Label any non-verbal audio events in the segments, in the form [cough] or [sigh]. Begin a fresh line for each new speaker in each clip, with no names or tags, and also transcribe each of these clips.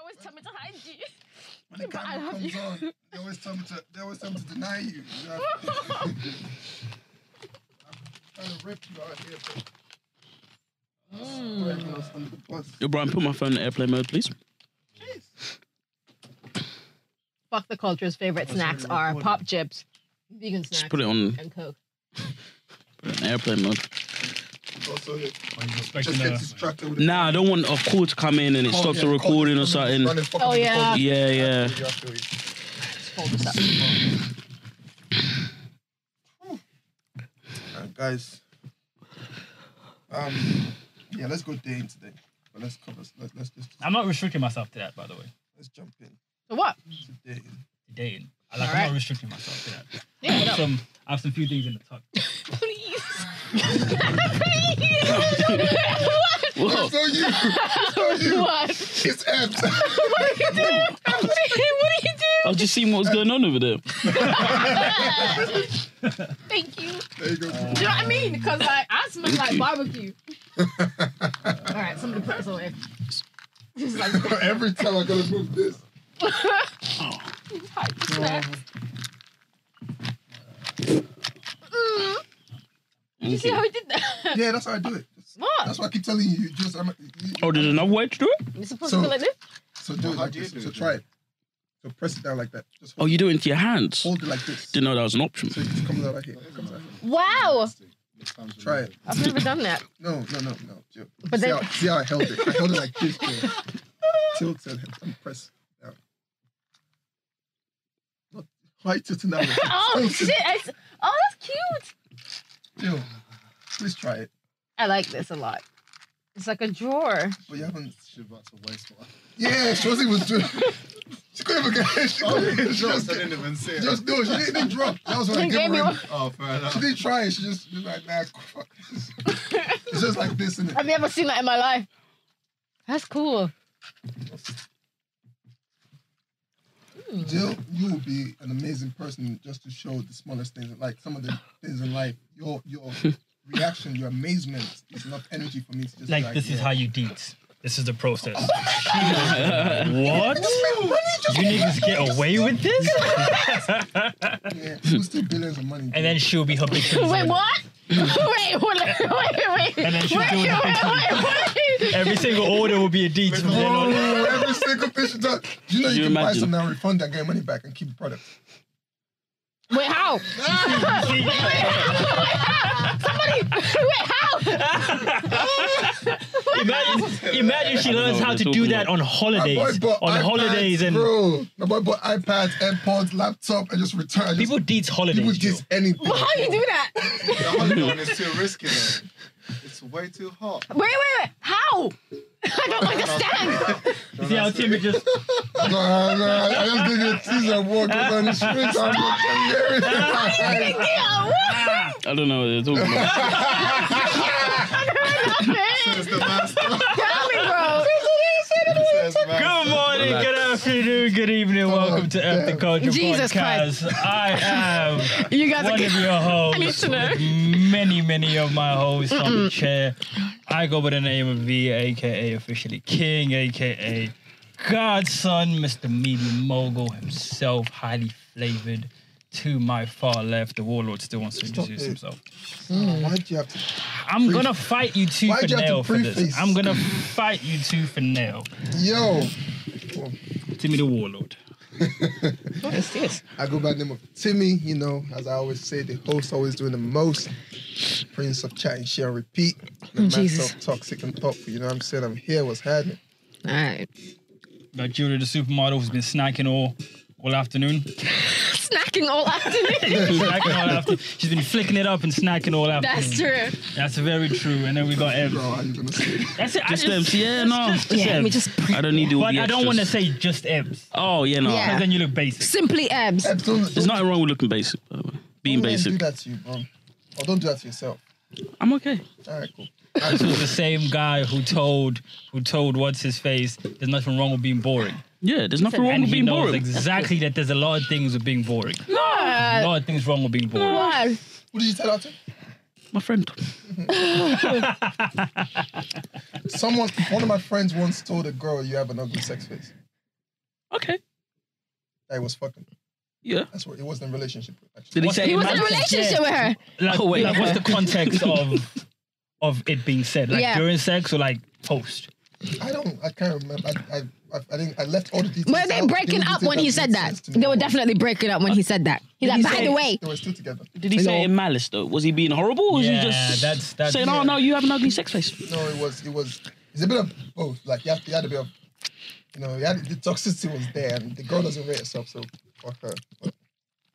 always tell me to hide you.
When the
But I
camera
love
comes
you.
on, they always tell me to. They always tell me to deny you. you know? I'm [laughs] trying to rip you out here, but.
Mm.
Swear I was under the bus.
Yo, Brian, put my phone in airplane mode, please.
[laughs] Fuck the culture's favorite snacks are pop chips, vegan
Just
snacks,
put it on,
and Coke.
put it on airplane mode.
Also, yeah,
Are you expecting
just get
a-
distracted with it.
Nah, I don't want a call to come in and it
Oh,
stops
yeah,
the
call
recording or
is coming,
something.
running, fucking
Oh, yeah.
recording.
Yeah, yeah.
I feel you, I feel you.
Let's Hold this up.
Uh, guys. Um, yeah, let's go day in today. But let's cover. Let's let's just
I'm not restricting myself to that, by the way.
let's jump in
So what?
today.
Today, I like. I'm
Alright.
not restricting myself to that. I
Yeah,
have
no.
some. I have some few things in the tuck.
Please. [laughs] Please.
Whoa.
So you, so
[laughs]
you,
what?
it's Ed.
What are you doing? What are you
I was just seeing what's going on over there.
doing? Thank you.
[laughs] There you go. [laughs]
Do you know what I mean? Because like I smell like barbecue. All right, somebody put this away. This is like
Every time I gotta move this.
hot snacks. Mm. Did you see how he did that? [laughs]
Yeah, that's how I do it.
What?
That's why I keep telling you. you Just I'm, you,
Oh, there's another way to do it?
You're supposed
So-
to go like this?
so do it
Well, how
like
do
this.
you do
so
it
try it. So press it down like that. Just
Oh,
hold,
you do it into your hands.
hold it like this.
Didn't know that was an option.
So it just comes out like here. It comes out.
Wow!
Try it.
I've never done that.
No, no, no, no. Jill.
But
see,
then-
how, see how I held it. I held it like this.
[laughs]
Jill. Tilt and, and press down. Not right tilting down.
Oh shit! It's, oh, that's cute.
Jill, please try it.
I like this a lot. It's like a drawer.
But you haven't.
She's about to waste one.
Yeah, Shosi was doing.
[laughs]
She couldn't even get it. She
Oh,
couldn't-
just,
she just,
I didn't even see it.
just do it. She didn't even drop. That was what I
He
gave
gave me
her.
one.
oh, fair enough.
She didn't try it. She just she was like, nah, fuck this. [laughs] It's just like this, isn't
I've
it?
never seen that in my life. That's cool.
Jill, you would be an amazing person just to show the smallest things, like some of the things in life. Your [laughs] your reaction, your amazement is enough energy for me to just be
Like this is
yeah.
how you deet. This is the process. what? You niggas get away with this?
Yeah, we still billions of money.
And then she'll be
Wait,
habitually. doing it.
what? [laughs] wait, wait, wait, wait, wait.
And then she's
wait,
doing
wait,
the
wait, wait.
Every single order will be a deet from then on.
Oh, every single fish you touch. You know you,
You
can buy
imagine.
some now, refund that, get your money back, and keep the product.
Wait, how?
See,
Somebody, wait, how?
Imagine, imagine she
I don't
learns
know
how
what
to
they're
do
talking
that
about.
on holidays. On holidays and
bro, my boy bought iPads, AirPods, laptop, and just returned.
people
just,
deets
people
holidays.
just
yo.
anything.
Well, how you do that?
The holiday one is too risky
[laughs]
though. It's way too hot.
Wait, wait, wait. How? I don't understand.
[laughs] No,
See how
that's it.
Timmy just
No, no, I I just did it. These are walkers on the streets. I'm [laughs] just
Big deal. What? [laughs]
I don't know what they're talking about.
Says the master.
Tell me, bro.
Says the master.
Good morning,
Relax.
good afternoon, good evening. Welcome to
damn.
After Culture
Jesus [laughs]
Podcast. I am
You guys
one
are
of your hosts.
to know.
Many, many of my hosts on the chair. I go by the name of V, aka officially King, aka Godson, Mr. Media Mogul himself, highly flavored. To my far left, the warlord still wants to introduce
it.
himself.
Mm, Why'd you have to?
I'm gonna fight you two for
Why'd you have to
nail for this.
preface?
I'm gonna fight you two for nail.
Yo,
Timmy the warlord.
What is this?
I go by the name of Timmy. You know, as I always say, the host always doing the most. Prince of chat and share, repeat. The
Jesus.
master of toxic and thoughtful. You know what I'm saying? I'm here. What's happening?
All right.
Got Julia the supermodel who's been snacking all all afternoon.
Snacking all afternoon.
snacking all after. She's been flicking it up and snacking all afternoon.
That's true.
[laughs] That's very true. And then we got
Bro,
Ev.
how you gonna say? it?
That's it. I
Just
just-
Ebs, yeah, no. Just
Yeah, let me
Ebs.
just.
I don't need to.
But I don't want to say just Ebs.
Oh, yeah, no.
Yeah.
Because then you look basic.
Simply abs.
Don't- don't-
There's nothing wrong with looking basic, by the way. Being
don't let him Do
basic.
that to you, bro. Or don't do that to yourself.
I'm okay.
All right, cool.
This was the same guy who told who told what's his face. There's nothing wrong with being boring.
Yeah, there's nothing wrong
and
with
he
being
knows
boring.
exactly that there's a lot of things with being boring. A
Uh,
lot of things wrong with being boring.
Why?
What did you tell her to?
My friend.
Someone, one of my friends once told a girl, "You have an ugly sex face."
Okay.
that he was fucking.
Yeah.
That's what it wasn't a relationship. Actually.
Did he
What's
say
the-
He was in a
Imagine-
relationship with her.
Like,
Oh, wait.
like, what's the [laughs] context of of it being said? Like
Yeah.
during sex or like post?
I don't. I can't remember. I, I, I, I didn't. I left all the details.
Were they
out.
breaking
The only
up
detail
when he
made
said that?
sense to me
They were
was
definitely breaking up when he said that. He's
Did he
like, by
say-
the way,
They were still together.
Did he say it in malice though? Was he being horrible? Or was
Yeah,
he just
that's- that's-
saying, "Oh
yeah.
no, you have an ugly sex face"?
No, it was. It was. It's a bit of both. Like he had, he had a bit of. You know, he had, the toxicity was there, and the girl doesn't rate herself, so fuck her. But-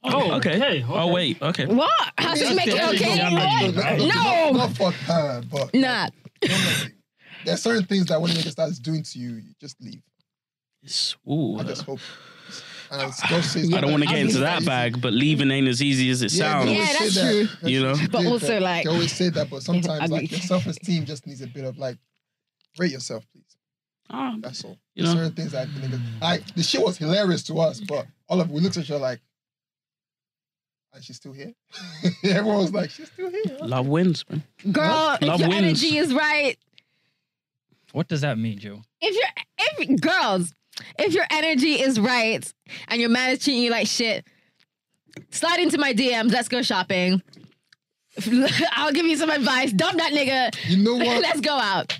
Oh, okay.
okay,
Oh
okay.
wait. Okay.
what? How she make it
Yeah, yeah,
okay?
yeah.
What?
not,
No.
not, not fuck her, but
Oh. Nah.
there's certain things that when a nigga starts doing to you, you just leave.
It's- Ooh.
I just hope. And it's- God says
I don't want to
that
get
it's
into
not
that
easy.
bag, but leaving ain't as easy as it
they
sounds.
always
Yeah,
say
that's
that.
true.
That's
You know?
what they
But
did,
also,
that-
like-
they always
[laughs]
say that, but sometimes
ugly.
like your self esteem just needs a bit of like rate yourself, please.
Ah,
That's all.
You
There's
know?
certain things that the niggas. I the shit was hilarious to us, but all of we looked at each other like, and she's still here. [laughs] Everyone was like, she's still here.
love wins, man.
Girl, if
Love
your
wins.
energy is right,
What does that mean, Joe?
if your if girls, if your energy is right and your man is treating you like shit, slide into my DMs. Let's go shopping. [laughs] I'll give you some advice. Dump that nigga. [laughs]
You know
[laughs]
what?
Let's go out.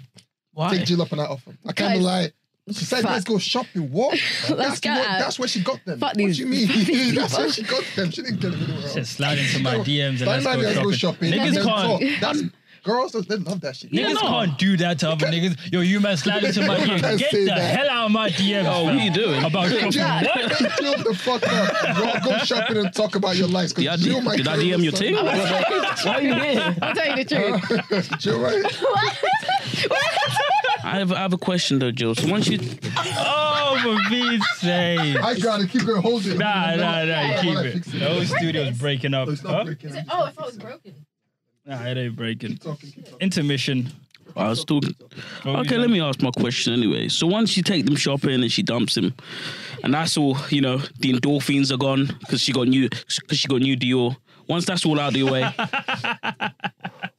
[laughs]
Take Jill up on that offer. I can't
Guys,
lie. She said,
fuck.
"Let's go shopping."
[laughs]
What? that's,
go
what
out.
that's where she got them.
Fuck
what
these
do you mean?
fucking
[laughs] that's
people.
where she got them. She didn't get them anywhere
Said
else.
slide into my
That-
DMs and
slide
let's
into my DMs,
go shopping.
and
Niggas
then talk.
can't.
That's girls. They love that shit.
Niggas
no.
can't do that to other niggas. Yo, you man slide into my DM. Get
Say
the
that.
hell out of my DM.
Oh, what are you doing?
About
Jill, Jill the fuck up. Y'all go shopping and talk about your lives. 'cause
Did I,
Jill might
did I
carry
[laughs]
DM your
us
team?
somewhere.
Why are you here?
I'll tell you the truth.
Jill, right?
I have, I have a question though, Jill. So once you,
Oh, for Pete's sake.
I gotta keep going. Hold it.
Nah, nah, nah.
I
Keep
wanna
it.
fix
The whole studio's breaking up.
No, it's not
Huh?
breaking. Keep
Oh, I thought it was broken.
Nah, it ain't breaking.
talking, keep talking.
Intermission.
I was talking. Okay, let me ask my question anyway. So once you take them shopping and she dumps him, and that's all, you know, the endorphins are gone because she got new, because she got new Dior. Once that's all out of your way,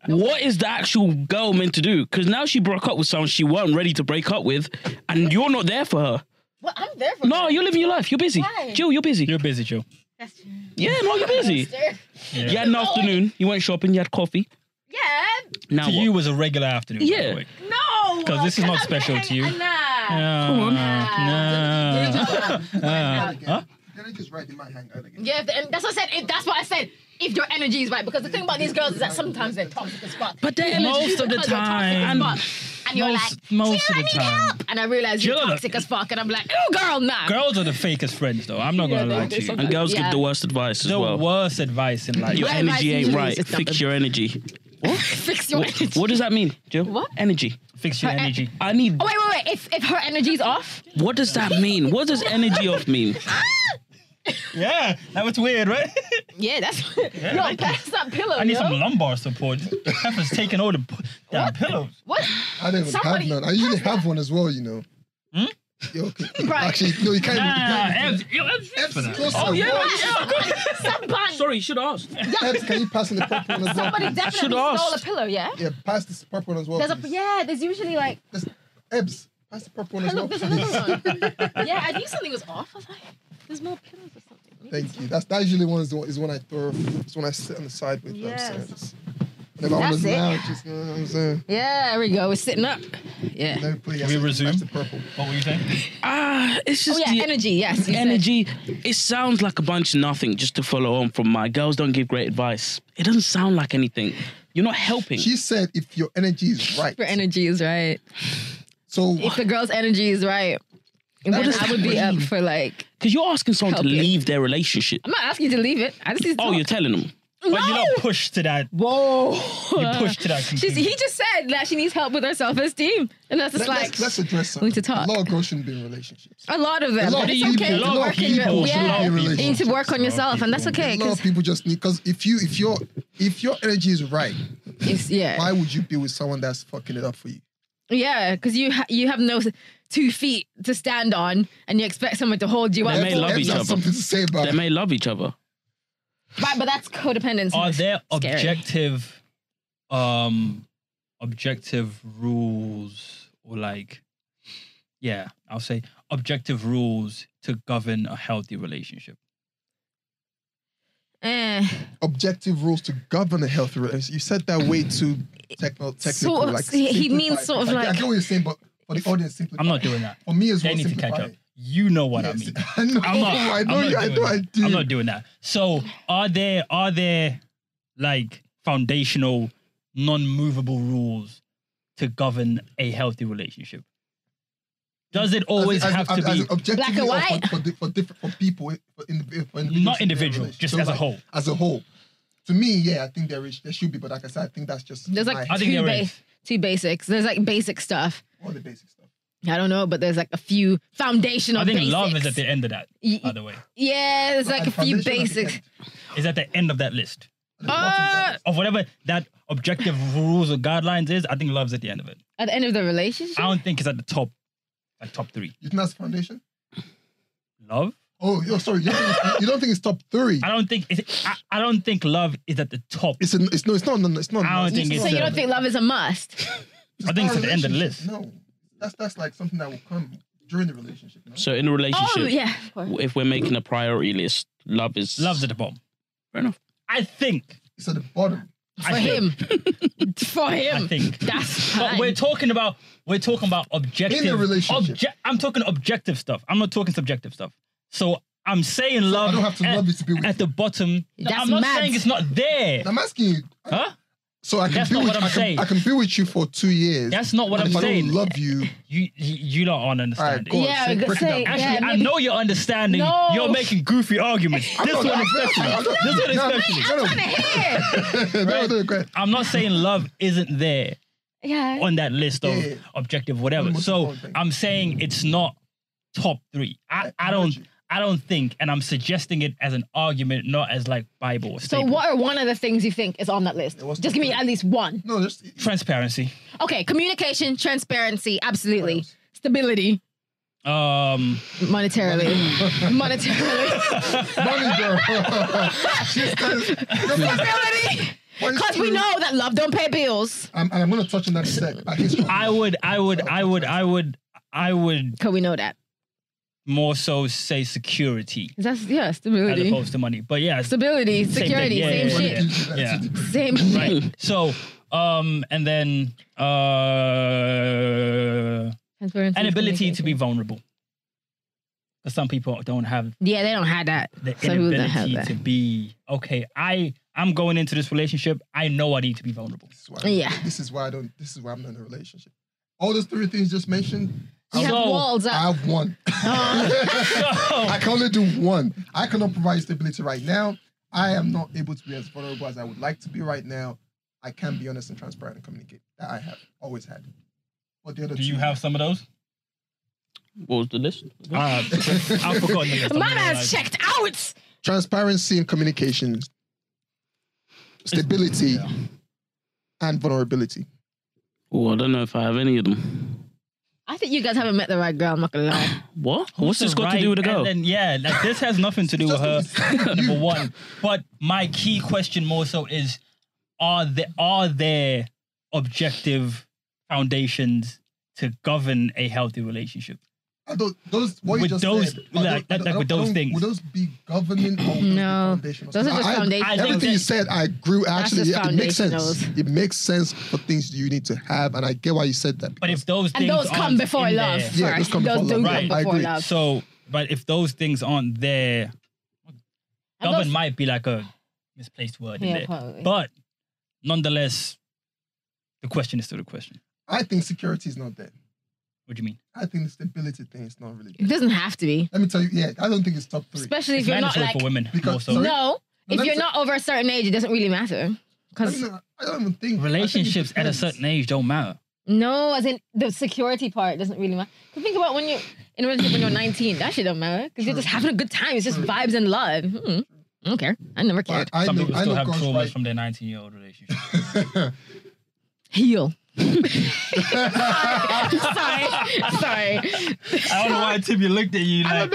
what is the actual girl meant to do? Because now she broke up with someone she weren't ready to break up with, and you're not there for her.
Well, I'm there for
No, you're living your life. You're busy.
Why?
Jill, you're busy.
You're busy, Joe.
That's
yeah, no, you're busy.
Upstairs.
You had an afternoon. You went shopping. You had coffee.
Yeah.
Now
To
what?
you was a regular afternoon.
Yeah.
No.
'Cause this is not
I'm
special
hang-
to you.
[laughs] Nah.
Come on.
Huh?
Huh?
Energy's right. They might hang out again.
Yeah, if the, and that's what I said. If, that's what I said. If your energy is right, because the thing about these girls is that sometimes they're toxic as fuck.
But they're
Energy
most of the
because [laughs] they're toxic
time.
as fuck. And you're
Most-
like,
most
"Jill,
of the
I need
time."
help. And I realize you're
Jill-
toxic as fuck, and I'm like, oh, girl, nah.
Girls are the fakest friends, though. I'm not
Yeah,
going to
they-
lie
they
to you.
sometimes-
and girls
Yeah.
give the worst advice as
The
well.
worst advice in life.
Your
What advice
energy
you
ain't
use
right.
is
Fix
something.
your energy.
Fix your energy.
What, what does that mean, Jill?
What?
Energy.
Fix your energy.
I need.
Oh wait, wait, wait. If if her energy's off,
What does that mean? What does energy off mean?
Yeah, that was weird, right?
yeah,
[laughs]
that's
Yo, pass that pillow.
I need
yo.
some lumbar support. Heifer's taking all the p- damn pillows.
[laughs]
What?
I don't even
Somebody-
have none. I usually have one as well, you know. Yeah, okay.
[laughs] Right.
Actually, no, you can't.
Hmm? Nah,
you
Ebs, yo, Ebs,
can't. Eps, closer.
Oh, yeah,
Whoa,
[laughs]
Somebody,
Sorry, you should ask.
[laughs]
Eps, can you pass in the purple one as well?
somebody
please?
definitely
should've
stole a
asked.
pillow. Yeah.
Yeah, pass this purple one as well.
There's a
please.
yeah. There's usually like
There's- Ebs, pass the purple one as
look.
well.
There's
please.
another one. Yeah, I knew something was off. I was like, there's more pillows or something. Maybe it's-
Thank you. That's that usually one is the one, is when I throw. It's when I sit on the side with.
Yes.
Them, so it's- whenever I want
That's
to
it.
lounge, just you know what I'm saying.
yeah. There we go. We're sitting up. Yeah. Oh,
Let me play.
We resume.
Pass the purple.
What were you saying?
Ah, it's
Oh
just
yeah,
the
energy. Yes. you said.
energy. It sounds like a bunch of nothing. Just to follow on from my girls don't give great advice. It doesn't sound like anything. You're not helping.
She said, "If your energy is right,
If Her energy is right.
so
If the girl's energy is right,
What
then
does
I
that
would be up
mean?
for like.
Because you're asking someone to
Helping.
leave their relationship.
I'm not asking you to leave it. I just need to
Oh,
talk.
you're telling them.
But you're not pushed to that.
Whoa.
You
[laughs]
pushed to that.
She's,
conclusion.
he just said that she needs help with her self-esteem, and that's just
let,
like
us let's address
we
something.
need to talk.
A lot of girls shouldn't be in relationships.
a lot of
A
them.
lot
But
of
it's
people-
okay
a
to
lot of
work in
people
your,
should be
yeah.
in
You need to work on
relationships.
yourself, and that's
A lot of
okay.
a lot
'cause
of people just need because if you if your if your energy is right,
it's-
why
yeah,
would you be with someone that's fucking it up for you?
yeah, because you ha- you have no s- two feet to stand on, and you expect someone to hold you up.
They may
for-
love
Ebs
each
has
other.
Something to say about
They may love each other.
Right, but that's codependency.
Are there
Scary.
objective, um, objective rules or like, yeah, I'll say objective rules to govern a healthy relationship?
Eh.
Objective rules to govern a healthy relationship. You said that way too techno- technical.
Sort of-
like
he- he
simplify
means
it.
sort of
I
like-
get what you're saying, but for the audience, simplify.
I'm not doing that.
For me as well,
They need to
simplify.
catch up.
it.
You know what I
Yes.
mean.
[laughs] I know.
I'm
I
not.
know.
I'm not
you- I
doing
know. I
that.
do.
I'm not doing that. So are there are there like foundational, non-movable rules to govern a healthy relationship? Does it always
as,
have
as,
to
as
be?
an objective
Black and
or
white?
for, for, di- for different for people eh, for individual, for individuals
Not
in their
individual,
relationship.
just
So
as a
like,
whole.
As a whole, to me, yeah, I think there is there should be, but like I said, I think that's just
There's
my-
like
I
two,
think there
ba-
is.
two basics. There's like basic stuff.
all the basic stuff.
I don't know, but there's like a few foundational.
I think
basics.
love is at the end of that.
Y-
By the way,
Yeah, there's like a
And
few
foundation at the
basics.
end,
is at the end of that list
at the bottom,
Uh,
of whatever that objective [laughs] rules or guidelines is. I think love's at the end of it.
At the end of the relationship.
I don't think it's at the top, like top three.
you think that's foundation?
Love.
Oh, yo, sorry, you don't, think it's, you don't think it's top three?
I don't think it's, I, I don't think love is at the top.
It's, an, it's no, it's not, no, no, it's not.
I don't
it's
think
not-
it's
so you
uh,
don't think love is a must?
I think it's at the end of the
relationship.
list.
No, that's that's like something that will come during the relationship. No?
So in a relationship,
oh yeah, of course.
if we're making a priority list, love is
Love's at the bottom.
Fair enough.
I think.
It's at the bottom.
for
I
him. [laughs] for
I
him.
think.
That's
But
fine.
we're talking about we're talking about objective
In a relationship.
obje- I'm talking objective stuff. I'm not talking subjective stuff. So I'm saying love.
I don't have to
at,
love you to be with
at the bottom. No,
That's
I'm not
mad.
saying it's not there.
I'm asking you,
Huh?
so I can
That's
be
not
with
what I'm
I can,
saying.
I can be with you for two years.
That's not what
but
I'm
if I
saying.
don't love you.
You you, you don't
All right,
understand. it.
go on.
Yeah,
say,
I could
break it
say-
down.
Actually,
Yeah,
I
maybe-
know you're understanding.
No.
You're making goofy arguments. This
No,
one
no,
is
no,
special.
no, no,
This one is
no,
special.
no, no,
I'm trying to hear.
no, no, no, go ahead.
I'm not saying love isn't there.
Yeah.
on that list of
Yeah, yeah.
objective whatever.
Most
So
important thing. Mm.
I'm saying it's not top three. I, I don't I don't think, and I'm suggesting it as an argument, not as like Bible. Or
So
statement.
what are one of the things you think is on that list?
It was
Just give me
something.
at least one.
No, just
Transparency.
Okay, communication, transparency,
What
absolutely.
else?
Stability,
Um,
monetarily, monetarily,
money, girl. [laughs] She says-
stability. [laughs]
what is
Because we
true-
know that love don't pay bills.
I'm, and I'm gonna touch on that in a sec. I guess-
I would, I would, I would, I would, I would
Cause we know that.
more so say security
That's yeah,
as
stability,
opposed to money. But yeah,
stability,
thing,
security,
yeah,
same
yeah,
shit,
yeah.
same shit. [laughs]
right. So, um, and then uh,
Transparency,
an ability to be
communication.
vulnerable. Because some people don't have
Yeah, they don't have that.
the
So who the hell
inability to be okay. I I'm going into this relationship. I know I need to be vulnerable.
This is why I don't-
Yeah.
This is why I don't. This is why I'm not in a relationship. All those three things just mentioned.
You have
So,
walls up.
I have one. [laughs] I can only do one. I cannot provide stability right now. I am not able to be as vulnerable as I would like to be right now. I can be honest and transparent and communicate. That I have always had. But the other
Do
two,
you have some of those?
What was the list?
[laughs] Uh, I've forgotten. the list. I'm
My
not
man's
gonna lie.
checked out.
transparency and communication, stability, and vulnerability.
Oh, I don't know if I have any of them.
I think you guys haven't met the right girl. I'm not gonna lie.
What?
Who's
What's this got
right
to do with a girl?
and then- yeah, like, this has nothing to do
[laughs]
with her. Number one, but my key question more so is: Are there are there objective foundations to govern a healthy relationship?
Are those, those what you
With
just
those-
said, are
like- like- like
are
with those
are
things.
Would those be governing? Or would
No.
those, be foundational?
Those are just
I- I-
foundational.
Everything you said, I agree. Actually,
just
yeah, it makes sense.
foundationals.
It makes sense for things you need to have, and I get why you said that.
But if those
And
things
those come
aren't
before
in
love.
there-
Yeah,
Sorry.
those come
those
before
do
love.
Right.
come
I
before
agree.
love.
So, but if those things aren't there,
And
govern
those-
might be like a misplaced word in
Yeah,
there.
probably.
But nonetheless, the question is still the question.
I think security is not there.
What do you mean?
I think the stability thing is not really.
It doesn't have to be,
Let me tell you, yeah, I don't think it's top three.
especially if
It's
you're not
mandatory
like
for women.
Because-
also.
Sorry?
no.
No,
If
let
you're
me
not over a certain age, it doesn't really matter.
I
Because
don't, know, I don't even think I think it
Relationships at a
depends.
certain age don't matter.
no, as in the security part doesn't really matter. 'Cause think about when you're in a relationship when you're 19, that shit don't matter because you're
True.
just having a good time. It's just
True.
vibes and love. Mm-mm. I don't care. I never
But
cared.
I
Some
know,
people
I
still
know
have
girls
traumas
right.
from their 19 year
[laughs]
old relationship.
Heal. sorry, sorry.
I don't know why Tibby looked at [laughs] you like, I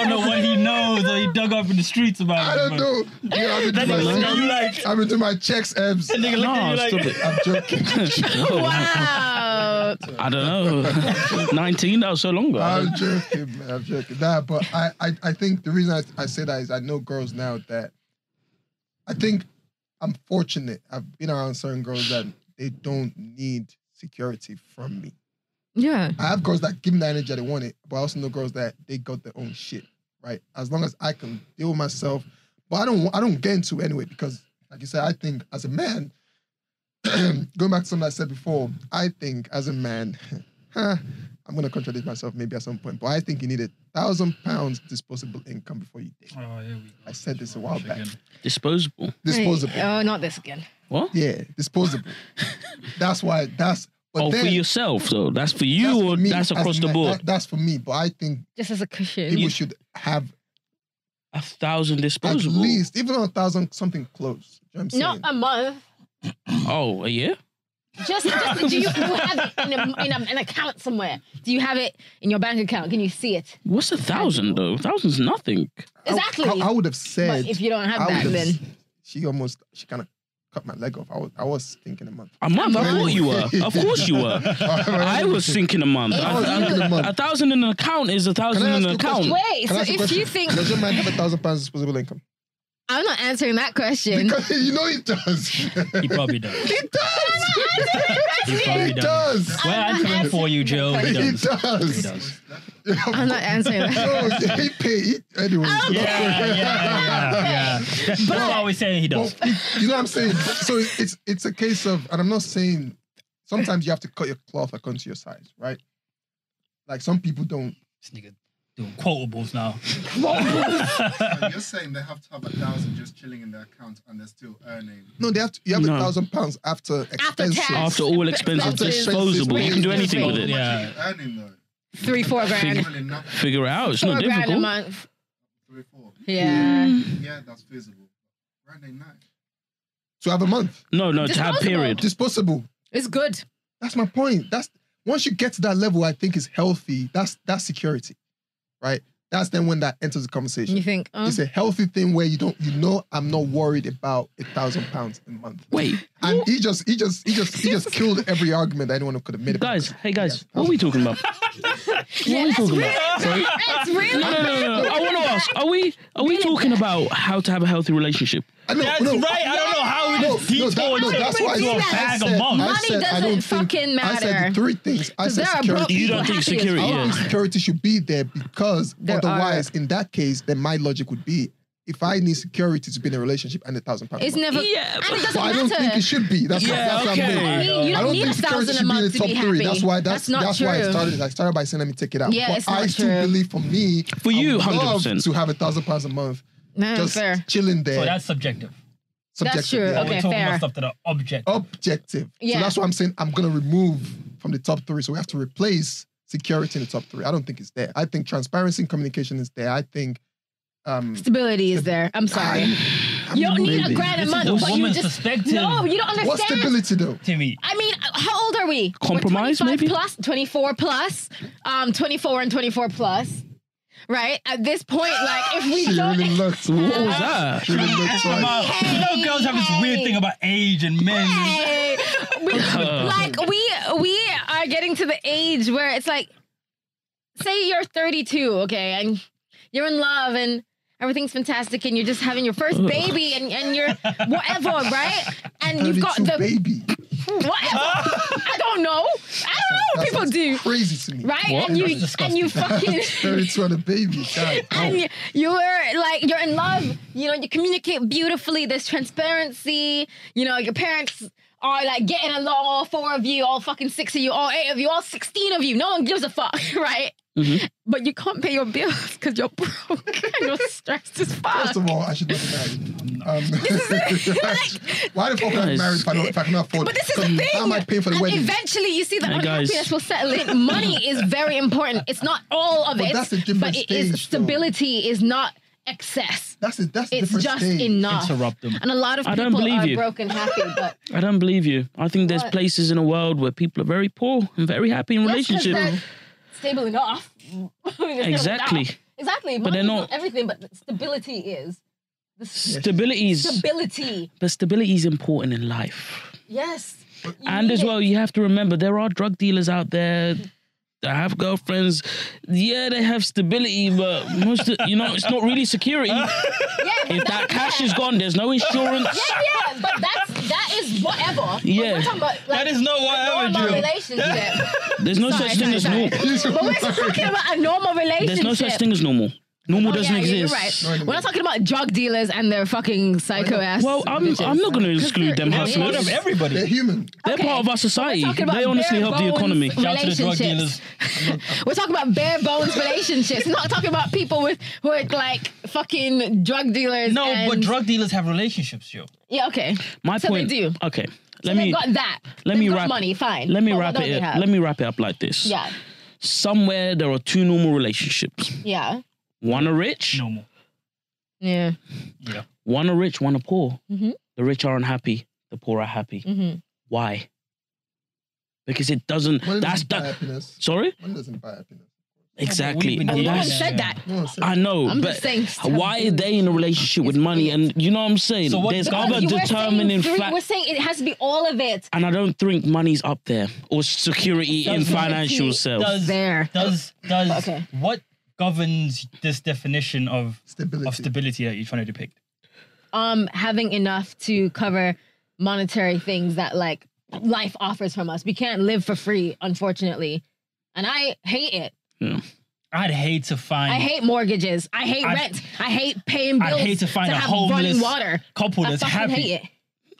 don't know,
Me?
what he knows or he dug up in the streets about
I
it,
don't
but-
know. Yeah, I've been
That
doing
nigga looked
my,
at you like,
I've been doing my checks, Ebs.
[laughs] that nigga looked at
No,
you like,
stop it.
I'm joking.
Wow.
I don't know. [laughs] 19? That was so long ago.
[laughs]
I'm joking, man. I'm joking. Nah, but I, I, I think the reason I, I say that is I know girls now that I think I'm fortunate. I've been around certain girls that they don't need security from me.
Yeah.
I have girls that give me the energy they want it, but I also know girls that they got their own shit, right? As long as I can deal with myself, but I don't I don't get into it anyway because, like you said, I think as a man, [clears throat] going back to something I said before, I think as a man, [laughs] huh, I'm gonna contradict myself maybe at some point, but I think you need a thousand pounds disposable income before you date.
Oh, here we go.
I said this a while back.
Chicken.
Disposable.
Disposable,
Oh, not this again.
What?
yeah, disposable. that's why that's. But
oh,
then,
for yourself though. That's for you,
that's for
or
me
that's
as a
across the
man.
board.
That- that's for me, but I think
Just as a cushion.
people should have
a thousand
at
disposable.
least even on a thousand something close. You know what I'm
Not
saying?
a month.
Oh, a year?
Just, just do you have it in, a, in a, an account somewhere?
Do you have it in your bank account? Can you see it?
What's a thousand though? Thousand's nothing.
I-
Exactly.
I, I would have said
but if you don't have
I
that,
would have
then
s- she almost she kind of cut my leg off. I was I was thinking a month. [laughs]
A month? I thought you were. Of course you were. I was thinking a month.
I was
A-
thinking a month.
A thousand in an account is a thousand in an account.
Wait, so if you think-
does your man have a thousand pounds disposable income?
[laughs]
I'm not answering that question.
Because you know it does. [laughs]
He probably does.
it does.
He probably
it
does.
does.
We're answering for you, Joe. He
He
does.
does.
He does.
I'm not answering that.
No,
[laughs]
he paid. He, anyway,
Yeah, yeah, yeah. That's why we say he
Well,
does.
it- [laughs] you know what I'm saying? So it- it's it's a case of, and I'm not saying sometimes you have to cut your cloth according to your size, right? Like some people don't.
This nigga doing quotables now.
So you're saying they have to have a thousand just chilling in their account and they're still earning.
No, they have to. You have
No.
a thousand pounds after expenses.
tax.
After all expenses,
After expenses,
disposable. You can do
wait,
anything with
How
it.
much
Yeah.
are you earning though?
Three, four grand.
Really nothing.
Figure it out. It's
Four
not
grand a
difficult.
month.
Three, four.
Yeah.
Mm.
Yeah, that's feasible. Grand ain't nice.
So have a month
No, no, to have
Disposable.
period.
disposable.
It's good.
That's my point. That's once you get to that level, I think is healthy. That's that's security, right? That's then when that enters the conversation.
You think, oh,
It's a healthy thing where you don't, you know, I'm not worried about a thousand pounds a month.
Wait,
And he just, he just, he just, he just killed every argument that anyone could have made. about
guys.
it.
Hey, guys. What are we talking
[laughs]
about?
yeah, that's really,
Sorry?
that's really
No, no, no, no. I want to ask. Are we are we talking about how to have a healthy relationship?
I know,
That's
no,
right. I don't know how we
No,
just
no,
detour
that, no, that's why
into a
I
bag
said,
a
I
month.
Money
said, I
doesn't
don't think,
fucking
I
matter.
said three things. I said
there are broke
security.
You
people
don't think
happy as
security
fuck.
I don't
is-
think security should be there because
There
otherwise, in that case, then my logic would be if I need security to be in a relationship and a thousand pounds. a
It's
month.
never.
Yeah,
and it
But I don't
doesn't
think it
matter.
should be. That's
Yeah,
that's what I'm
okay.
saying.
I mean, you
I
don't
don't
need a
think security
thousand a
should be in the
month to
top
be
three.
happy.
That's why that's
That's not
that's why I
true.
started. I started by saying let me take it out.
Yeah,
but
it's
I
not
still
true.
believe for me,
For you,
I would love
100%.
to have a thousand pounds a month,
No,
just
Mm, fair.
chilling there.
So Oh, that's subjective.
subjective.
that's true.
yeah.
We're
Okay,
talking
fair.
about stuff that are objective.
Objective.
Yeah.
So that's why I'm saying I'm gonna remove from the top three. So we have to replace security in the top three. I don't think it's there. I think transparency and communication is there. I think. Um,
Stability is there. I'm sorry.
I
you don't need a
maybe.
grand a
This
month.
is a
but you
woman's
just,
perspective.
No, you don't understand.
What's stability though?
To me.
I mean,
uh,
how old are we? We're
Compromise,
25
maybe?
Plus, 24 plus, um, 24 and 24 plus, right? At this point, like, if we
She
don't.
[laughs]
really looks. What
What was that?
She
Oh,
really looks like.
Wow. you know, girls have this weird thing about age and men.
Hey, we,
like
Uh-huh.
we we are getting to the age where it's like, say you're 32, okay, and you're in love and everything's fantastic and you're just having your first baby and and you're whatever, right? And you've got
32
the
baby.
whatever. I don't know. I don't know what
That
people
sounds
do.
crazy to [laughs] me.
Right?
What?
And you
That's disgusting.
and you fucking
[laughs]
32 and a
[laughs]
baby. God.
and you- you were like you're in love you know you communicate beautifully there's transparency you know your parents are like getting along all four of you all fucking six of you all eight of you all 16 of you no one gives a fuck [laughs] right
Mm-hmm.
but you can't pay your bills because you're broke [laughs] and you're stressed as fuck
First of all, I should not be married. Um, [laughs]
[laughs]
why the fuck am I
Guys.
married if I, don't, if I cannot afford
but this is the
something?
thing.
How am I paying for the
and
wedding?
Eventually, you see that
Hey, guys.
unhappiness will settle in. Money is very important. It's not all of
But
it,
that's a different
but it is
stage, though.
stability is not excess.
That's a, that's a
It's
different
just
stage.
enough.
Interrupt them.
And a lot of
I
people
don't believe
are
you.
broken happy,
[laughs]
but
I don't believe you. I think there's
What?
places in the world where people are very poor and very happy in
Yes, 'cause
relationships.
they're Stable [laughs] enough.
Exactly.
Exactly.
But they're
Money's
not-
everything, but stability is. The s-
Stability is,
stability.
but stability is important in life.
Yes.
And
need
as
it.
well, you have to remember there are drug dealers out there that have girlfriends. Yeah, they have stability, but most of- you know, it's not really security.
Yeah, but
If that
that's-
cash is gone, there's no insurance.
Yeah, but that's that is whatever. But
Yeah.
we're talking about, like,
That is not
a
whatever,
normal
Jill.
relationship.
There's no
Sorry,
such thing
sorry,
as
sorry.
normal.
But
[laughs]
we're just talking about a normal relationship.
There's no such thing as normal. Normal
Oh,
doesn't
yeah, yeah,
exist.
You're right. We're not talking about drug dealers and their fucking psycho ass.
Well, I'm-
bitches.
I'm not gonna
Because
exclude
they're-
them
they're
hustlers.
What
idiots.
of
They're
everybody.
human.
They're
Okay.
part of our society.
talking about
They honestly
bare
help the
bones
economy.
Shout out to the drug
relationships.
dealers.
[laughs] We're talking about bare bones relationships. We're not talking about people with who are like fucking drug dealers.
No,
and,
but drug dealers have relationships, Jill.
Yeah, okay.
My
so
point.
They do.
Okay.
So
Let me
they've got that.
let
They've
me
got
wrap-
money. Fine.
let me
But
wrap
what don't
it.
they
Up,
have?
let me wrap it up like this.
Yeah.
Somewhere there are two normal relationships.
Yeah.
One are rich.
Normal.
Yeah.
Yeah.
One are rich. One are poor.
Mhm.
The rich are unhappy. The poor are happy.
Mm-hmm.
Why? Because it doesn't.
Money
that's
doesn't buy
that.
happiness.
Sorry.
Money doesn't buy happiness.
Exactly.
been
And
doing
No one
that.
that's.
said that.
No one said
I know,
I'm
but
just saying.
why are they in a relationship with money? And you know what I'm saying?
So what-
There's
Because
other
you were saying
determining
three- We're
factors.
saying it has to be all of it.
And I don't think money's up there or security in
Does money-
financial self.
Does
There.
does does
Okay.
what governs this definition of
stability.
of stability that you're trying to depict?
um having enough to cover monetary things that like life offers from us. We can't live for free, unfortunately. And I hate it.
I'd hate to find
I hate mortgages. I hate
I-
rent. I hate paying
I'd
bills.
hate to find a
have
homeless
running water.
couple
I
that's
fucking
happy.
hate it.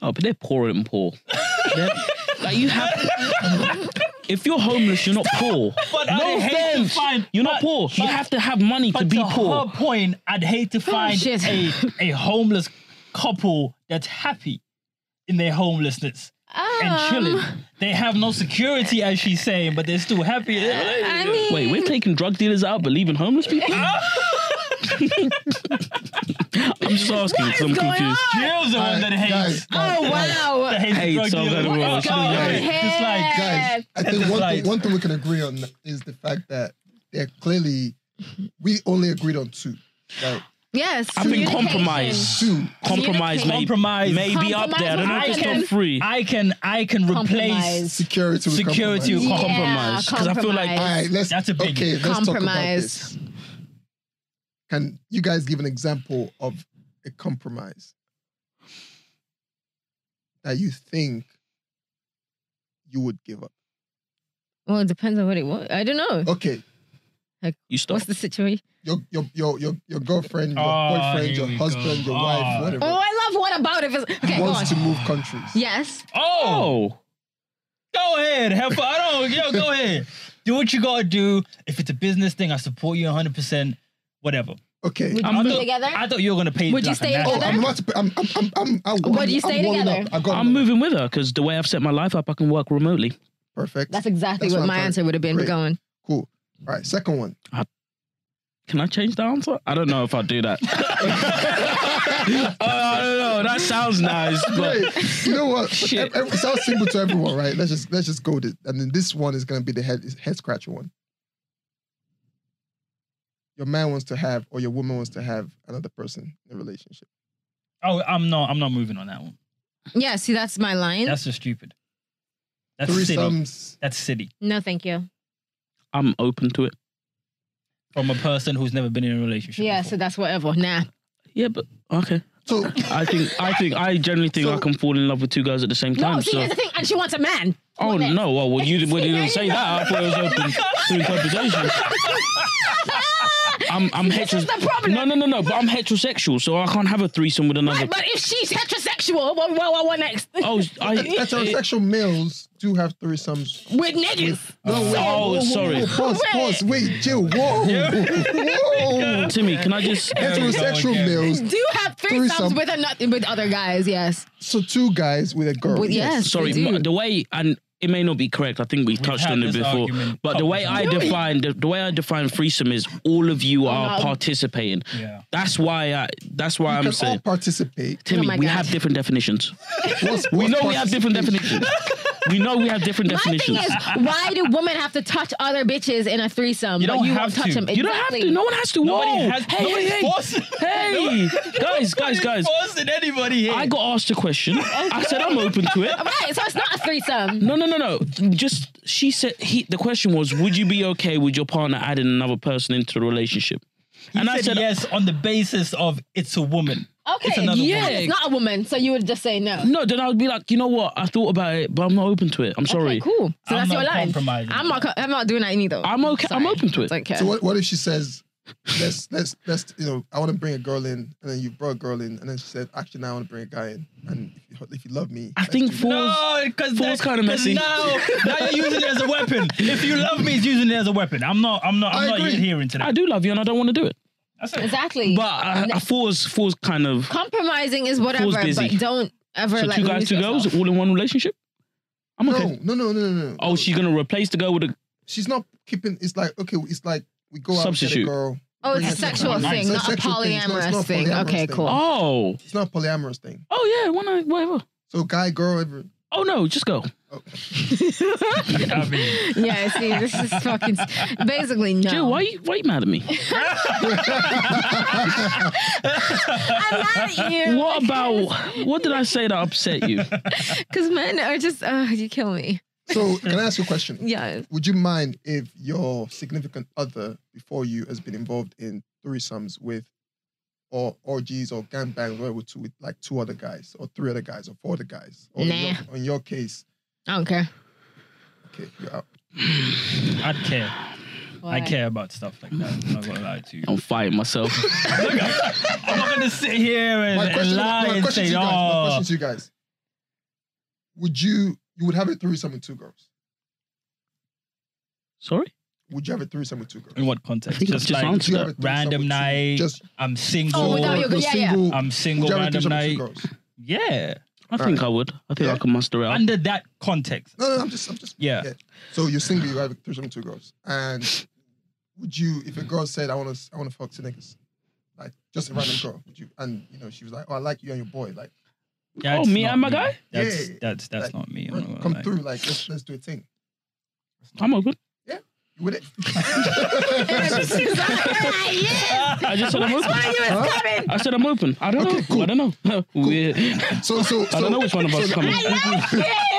Oh, but they're poorer than poor. [laughs] They're- like you have. if you're homeless, you're not
[laughs]
poor.
But I'd
no
hate to
offense,
find-
you're not
but-
poor. you
but-
have to have money to
But
be
to
poor.
her point, I'd hate to find
Oh, shit.
a a homeless couple that's happy in their homelessness and chilling.
Um,
They have no security, as she's saying, but they're still happy.
I mean,
Wait, we're taking drug dealers out, but leaving homeless
[laughs]
people? I'm just asking because I'm
going
confused.
Jill's the one
Alright,
that hates.
guys,
oh wow.
That hates
Hey,
drug
so
dealers.
that was-
Oh,
Hey,
okay. Just like
guys, I think
the
one
slides.
thing, one thing we can agree on is the fact that they're clearly we only agreed on two. Right?
Yes.
I think
communication.
compromise.
Two.
Compromise may,
Compromise.
may be up there. I don't know if
I
it's
can-
top three.
I can I can replace
Compromise.
Security. with
Security
Yeah,
compromise.
compromise. 'Cause I feel like-
All
compromise.
right, let's.
That's a biggie.
Okay, let's talk about
Compromise.
this. Can you guys give an example of a compromise that you think you would give up?
Well, it depends on what it was. I don't know.
Okay,
you stop.
What's the situation?
your your your your, your girlfriend, your
Oh,
boyfriend,
here
your
we
husband,
go.
your
Oh.
wife,
Oh,
whatever,
I love what about if it's okay. Go on.
wants to move countries.
Yes.
Oh,
Oh,
go ahead, help. I don't. Yo, go ahead. Do what you gotta do. If it's a business thing, I support you 100. percent Whatever.
Okay.
Would you
I
be
thought-
together?
I thought you were gonna pay.
Would you
like a
stay
national-
Oh,
together?
I'm about to. I'm. I'm. I'm. I'm I,
What do you
I'm
say
warming
together?
Up. I got
I'm moving with her because the way I've set my life up, I can work remotely.
Perfect.
That's exactly
That's
what
what
my
I'm
answer would have been.
Great.
Going.
cool. All right. Second one.
Can I change the answer? I don't know if I do that. [laughs] Oh, I don't know. That sounds nice,
Hey,
but
you know
[laughs]
what?
Shit.
Ev- ev- it sounds simple to everyone, right? Let's just let's just go to. And then this one is gonna be the head head scratcher one. Your man wants to have, or your woman wants to have another person in a relationship.
Oh, I'm not. I'm not moving on that one.
Yeah. See, that's my line.
That's just stupid. That's city.
Threesomes.
That's city
no, thank you.
I'm open to it.
from a person who's never been in a relationship.
Yeah. So
before.
that's whatever. Nah.
Yeah, but okay. [laughs]
So
I think I think I generally think
So-
I can fall in love with two girls at the same time.
No. See,
so
here's the thing. And she wants a man.
oh
Woman.
no,
[laughs]
well, well you, well, you didn't say that. I thought it was open to interpretation. I'm I'm
This is
heterosexual.
the problem.
No, no, no, no. But I'm heterosexual, so I can't have a threesome with another.
Right, but if she's heterosexual, what, what, what, what next?
Oh, I,
heterosexual males do have threesomes.
[laughs] With niggas.
No, wait,
oh,
whoa, whoa, whoa,
sorry.
Pause,
Wait.
pause, wait, Jill.
[laughs]
Whoa, whoa.
Timmy, can I just?
Heterosexual males
Do have threesomes
Threesome.
with another, with other guys. Yes.
So two guys with a girl.
With- yes.
Sorry,
they do.
my, the way and it may not be correct. I think we touched
had
on it
this
before.
argument
But the way I define the, the way I define threesome is all of you are
Oh, no.
participating.
Yeah.
That's why I. That's why
can
I'm
all
saying.
participate.
Timmy,
Oh my
we
God.
have different definitions.
What's-
We
what's
know we have different
participation?
definitions. We know we have
[laughs]
different
My thing
definitions.
is, why do women have to touch other bitches in a threesome?
You
but
don't
you
have
won't touch
to.
them.
You don't have to. No one has to.
Nobody
Whoa.
has.
Oh, Hey,
nobody's
hey, hey.
forcing. [laughs]
Hey, guys, guys, guys.
Forcing anybody here.
I got asked a question. I said I'm open
[laughs]
to it.
Right, so it's not a threesome.
No, no, no, no. Just she said he. The question was, would you be okay with your partner adding another person into the relationship?
He
and
said
I said,
yes on the basis of it's a woman. It's
Okay,
another
yeah.
woman.
it's not a woman, so you would just say no.
No, then I would be like, you know what? I thought about it, but I'm not open to it. I'm
Okay,
sorry.
cool. So
I'm
that's
not
your line.
compromising.
I'm not. co- I'm not doing that either.
I'm okay- I'm open to it.
Don't care.
So what, what if she says, let's let's let's you know I want to bring a girl in, and then you brought a girl in, and then she said, actually now I want to bring a guy in, and if you, if you love me,
I
let's
think
do
for
that."
No, because
Four's kinda messy.
Now, now you're using it as a weapon. If you love me, it's using it as a weapon. I'm not. I'm not. I'm
I
not
agree.
adhering to
I
that.
do love you, and I don't want to do it.
That's it.
exactly.
But I, I four's four's kind of
compromising is whatever,
busy.
but don't ever
so
like
two guys,
lose
two girls,
yourself.
all in one relationship. I'm
No,
okay.
no, no, no, no, no.
Oh, she's gonna replace the girl with a.
She's not keeping. It's like okay, it's like we go out
Substitute.
get a girl.
Oh,
bring
it's a
her to the
sexual
house.
thing,
It's a
not a
sexual thing. It's not- it's
polyamorous
not
thing.
polyamorous
Okay,
thing.
cool. [laughs]
Oh,
It's not a polyamorous thing.
oh yeah, one night, whatever.
So guy, girl, every,
Oh no, just go.
I mean,
Yeah, see, this is fucking basically no.
Jill, why you why you mad
[laughs]
at me?
I'm mad at you.
[laughs] what about what did I say that
[laughs]
upset you?
Because men are just, uh, you kill me.
So can I ask you a question?
Yeah.
Would you mind if your significant other before you has been involved in threesomes with or orgies or gangbangs where with two with like two other guys or three other guys or four other guys? Or in, your,
Nah.
in your case,
I don't care.
okay, you're
[laughs]
out.
I care. I care about stuff like that. I'm not gonna lie
[laughs]
to you.
I'm fighting myself.
I'm not gonna sit here and,
My
and
question,
lie
my
and
question to you
say,
guys, my
oh,
question to you guys. Would you you would have a threesome with two girls?
Sorry?
Would you have a threesome with two girls?
in what
I
context?
think I've
Just
just
like
answered
Would you have a
that.
threesome
random
with two-
night.
Just
I'm single.
Oh, without your-
you're
yeah, yeah.
single.
I'm
Would
single
you have a
random
threesome with two
night.
girls?
Yeah.
I think I would. I think
Yeah.
I can muster it up.
Under that context.
No, no, I'm just, I'm just.
Yeah.
So you're single, you have threesome with two girls, and would you, if a girl said, "I want to, I want to fuck two niggas," like just a random girl, would you? And you know, she was like, "Oh, I like you and your boy, like
That's
Oh, me
not
and my guy?
That's
Yeah.
that's that's
Like,
not me. I'm not
bro,
gonna
come
lie.
through, like let's let's do a thing."
I'm open.
You with it?
She's like, "Ah, yes,
I just said I'm open.
one of you is coming.
I said I'm open. I don't
Okay,
know.
cool.
I don't know. [laughs] Weird.
So, so, so
I don't know which one of us
so
coming.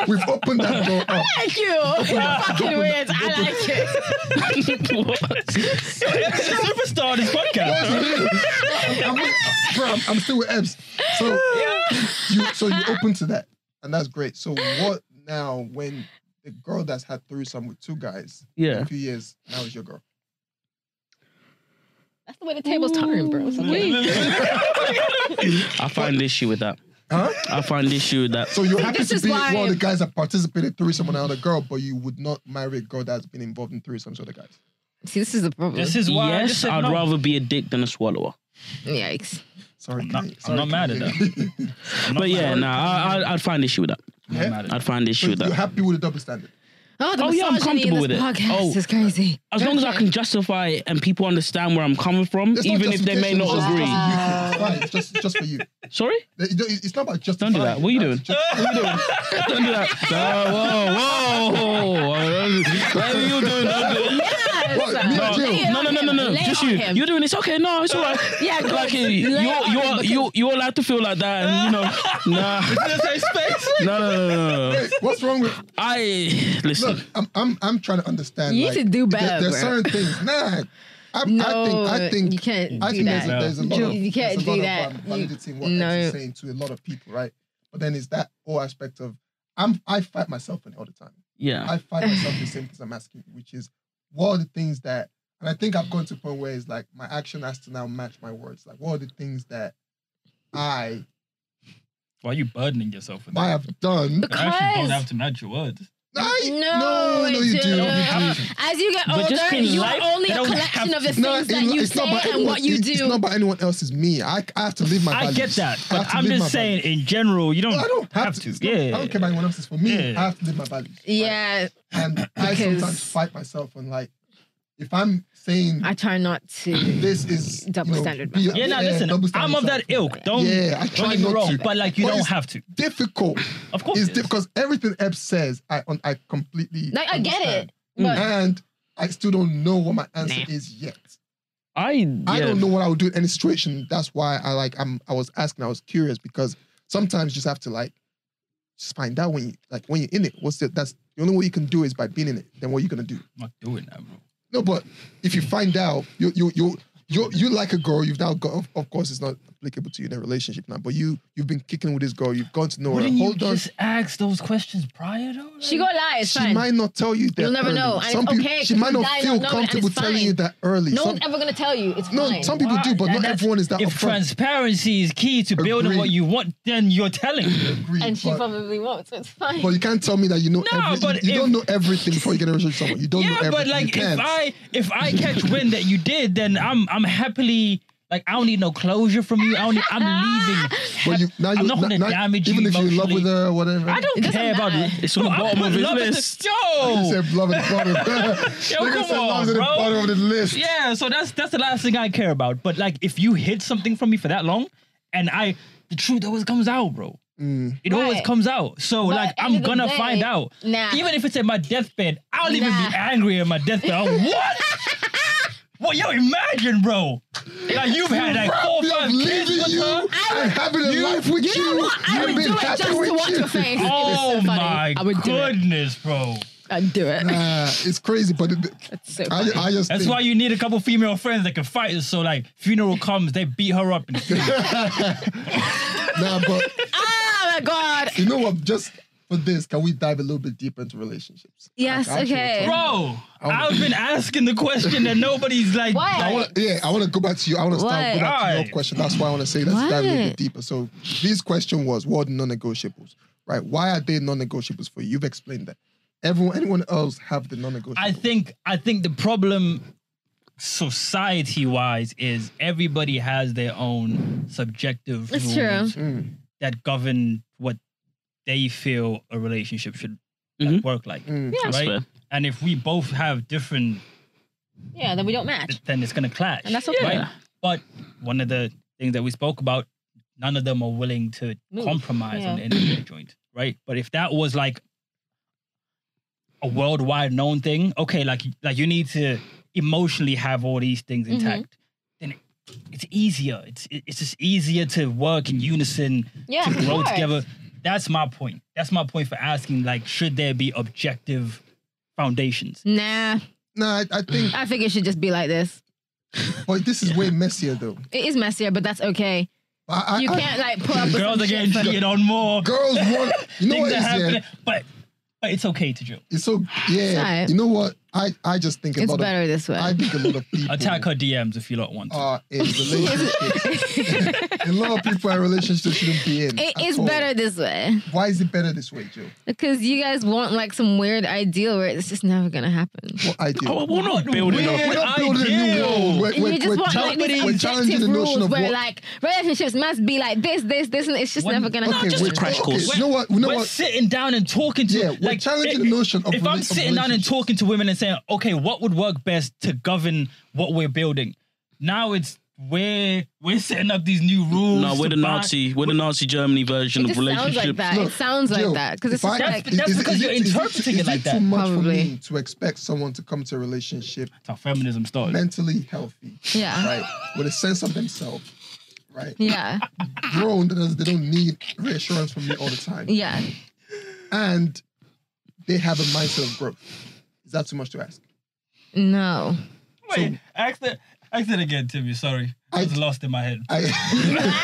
We've opened that door up.
Thank you. [laughs] You're fucking weird. I like
[laughs]
it.
[laughs] What?
He's a superstar on this podcast.
I'm, with- bro, I'm, I'm still with Ebs. So you, so you open to that, and that's great. So what now when the girl that's had threesome with two guys in
yeah.
a few years now is your girl?
That's the way the table's turned, bro. It's okay.
I find issue with that.
Huh?
I find issue with that.
So you're happy
this
to
is
be
why-
one of the guys that participated threesome with another girl, but you would not marry a girl that's been involved in threesomes with other guys.
See, this is the problem.
[laughs] This is why I just
yes,
said
I'd
no.
rather be a dick than a swallower.
Yikes.
Sorry,
I'm not-
Kanye.
I'm
Sorry,
not mad at
[laughs] Kanye.
I'm not
But yeah,
mad.
nah, I, I, I'd find issue with that.
I'm not mad at
I'd find issue with
You're
that.
happy with the double standard.
Oh, the
Oh, yeah, I'm
misogyny in
comfortable
this
with it.
podcast
Oh.
is crazy.
As long as I can justify it and people understand where I'm coming from,
It's not
even if they may
justification,
not
it's
agree.
just- It's, just, it's just, just for you.
Sorry?
It- it- It's not about just.
Don't do that. What are you doing? Don't
[laughs]
do that.
Uh,
No, whoa, whoa. Whatever you doing, don't do it.
No,
Lay it
No, no,
on
no, no,
him.
no.
Lay it
Just
on
you.
him.
You're doing this. Okay, no, it's all right.
Yeah, go
Like,
on.
you're,
Lay it on him
you're,
because-
you're, you're allowed to feel like that, and
[laughs]
you know, nah. No, no, no, no, no.
Hey, what's wrong with?
I,
Look,
listen,
I'm, I'm, I'm trying to understand.
You
like,
need to do
there-
better,
There's
bro.
certain things. Nah, I, I think,
No,
I think
you can't
I
do
think
that.
there's a, there's a lot
You-
of
you can't
there's a
do
lot
that.
of um,
You-
validating what
no.
Ed's saying to a lot of people, right? But then it's that whole aspect of I'm I fight myself on it all the time.
yeah.
Ah.
I fight myself
[laughs]
the same things I'm asking, you, which is what are the things that and I think I've gone to a point where it's like my action has to now match my words. Like what are the things that I
Why are you burdening yourself with
I
that?
have done
You
[laughs]
actually don't
Because-
have to match your words.
I-
No,
no, no, you do.
no.
You do.
As you get
But
older,
just 'cause
you
life-
are only
they
a
don't
collection
have-
of the things
No,
that
it-
you
it's
say
not about
and
anyone-
what you
it- It's
do.
not about anyone else. It's me. I, I have to live my
I
values.
get that,
I
but
have to
I'm
live
just
my
saying
values.
in general, you don't,
No, I don't have, to. It's not-
Yeah,
I don't care about anyone else's. For me,
Yeah.
I have to live my values.
Yeah,
And I
Because-
sometimes fight myself on like, if I'm saying
I try not to.
this is
Double
you know,
standard,
be-
man.
yeah. Now
yeah,
listen,
double standard
I'm of that
stuff.
ilk. Don't
Yeah, I
don't
try
get me
not
wrong,
to.
but like you
But
don't
it's
have to.
Difficult.
Of course,
It's
it is.
difficult. Everything Ebb says, I un- I completely
Like I get
understand.
it, but
and I still don't know what my answer is yet.
I
I
yeah.
don't know what I would do in any situation. That's why I like I'm I was asking, I was curious because sometimes you just have to like just find out when you like when you're in it. What's the that's the only way you can do is by being in it. Then what are you gonna do?
I'm not doing that, bro.
No, but if you find out you you you you you like a girl, you've now got of, of course it's not applicable to you in a relationship now, but you you've been kicking with this girl, you've gone to know her.
Wouldn't you
Hold on.
just ask those questions prior though?
she
Like,
gonna lie. It's
She
fine.
might not tell you that.
You'll never
early.
know, and
some
it's
people,
okay,
she
'cause
might
you
not
die
feel
not knowing, and it's
comfortable telling you
fine.
that early.
no
some,
one's ever gonna tell you. It's
no,
fine.
some people do, but
Why?
not
That's-
everyone is that
If
upfront.
transparency is key to building
Agreed.
what you want, then you're telling.
Agreed,
and she
but-
probably won't. So it's fine.
But you can't tell me that you know
No,
everything.
but
you
if-
don't know everything before you get in a relationship with someone. You don't know
yeah,
everything.
but
you
like if
can't.
I if I catch wind that you did, then I'm I'm happily like I don't need no closure from you. I don't need, I'm leaving.
but you, now
I'm
you,
not gonna
now,
damage you
even if you're in love with
emotionally.
her, whatever.
I don't
It doesn't
care about
matter.
It's on the
Bro, I
bottom
put
of his
love at the-
[laughs]
list.
You
Yo,
said love at the
[laughs]
bottom. [laughs] Nigga
come
said
on,
love's at the
bro.
bottom of the list.
yeah. So that's that's the last thing I care about. But like, if you hid something from me for that long, and I the truth always comes out, bro.
Mm.
It always
Right.
comes out. So
But
like,
end
I'm
of the
gonna
day,
find out.
nah.
Even if it's at my deathbed, I'll even
Nah.
be angry at my deathbed.
[laughs]
I'm, what? What yo? Imagine, bro. Like you've had like four,
Me
five
of
kids
leaving
with
you
her.
and having a life with you.
You know what? I
and
would
being
do it
happy
just to
with
watch
you.
your face.
Oh
it is so funny.
my
I would do it.
goodness, bro.
I'd do it.
[laughs] Nah, it's crazy, but it,
It's [laughs] so
I,
funny.
I just
That's
think,
why you need a couple female friends that can fight. So like, funeral comes, they beat her up. And
Nah, but
oh my god.
you know what? Just for this, can we dive a little bit deeper into relationships?
Yes.
Like, actual
Okay.
Bro, I've been asking the question that nobody's like.
Why?
I want to, yeah, I want to go back to you. I want to start
Why?
go back to
Why?
your question. That's why I want to say let's dive a little
Why?
bit deeper. So this question was, what are non-negotiables, right? Why are they non-negotiables for you? You've explained that. Everyone, anyone else have the non-negotiables?
I think I think the problem society wise is everybody has their own subjective
It's
rules
true.
Mm.
that govern what they feel a relationship should like,
Mhm.
work like.
Mm.
Yeah.
That's
Right?
fair.
And if we both have different
Yeah. Then we don't match.
then it's gonna clash.
And that's okay.
Right? But one of the things that we spoke about, none of them are willing to
Move.
compromise on the
Yeah.
individual joint, right? But if that was like a worldwide known thing, okay, like like you need to emotionally have all these things
Mm-hmm.
intact, then it, it's easier. It's it- it's just easier to work in unison,
Yeah.
to
of
grow
course.
together. That's my point. That's my point for asking. Like, should there be objective foundations?
Nah.
No, I, I think,
I think it should just be like this.
but this is way messier though.
It is messier, but that's okay.
I, I,
You
I-
can't like pull up. with
Girls
some
are getting
shit for-
cheated on more.
girls want. You know
things
what
that
is
happen,
yeah?
but but it's okay to drill.
It's so yeah.
Sorry.
You know what? I I just think
It's
a lot
better
of.
this way.
I think a lot of people
Attack her DMs if you lot want. To.
are in
[laughs]
relationships. a lot of people are in relationships shouldn't be in.
It
at
is
all.
better this way
Why is it better this way, Joe?
because you guys want like some weird ideal where it's just never gonna happen.
What I do?
Oh, we're not building
weird-
up.
We're not building a new
Ideal.
world. We're,
And
we're,
you just
we're
want
chal-
like these
we're challenging the
objective
notion
rules
of
where
what.
like relationships must be like this, this, this, and it's just
What-
never gonna
okay,
happen.
just
we're,
a crash course.
Okay, you know what? You know
we're
what?
sitting down and talking to
Yeah, we're
like
challenging the notion of
if I'm
rela- of
sitting down and
relationships.
talking to women and saying, okay, what would work best to govern what we're building? Now it's we're we're setting up these new rules.
No, we're
to
the
buy-
Nazi. We're the Nazi Germany version
It
of
just sounds like
relationships.
that.
Look,
it sounds like
Joe,
that because it's
if
just
I-
like
That's- that's
is it-
because
is
you're
is
interpreting
is
it like
Too
that.
much
Probably.
for me to expect someone to come to a relationship
That's how feminism started.
mentally healthy,
yeah,
right, with a sense of themselves, right,
yeah,
grown that is- they don't need reassurance from me all the time,
yeah.
and they have a mindset of growth. Is that too much to ask?
No,
Wait, ask that ask that again, Timmy. Sorry, I was lost in my head.
I
[laughs]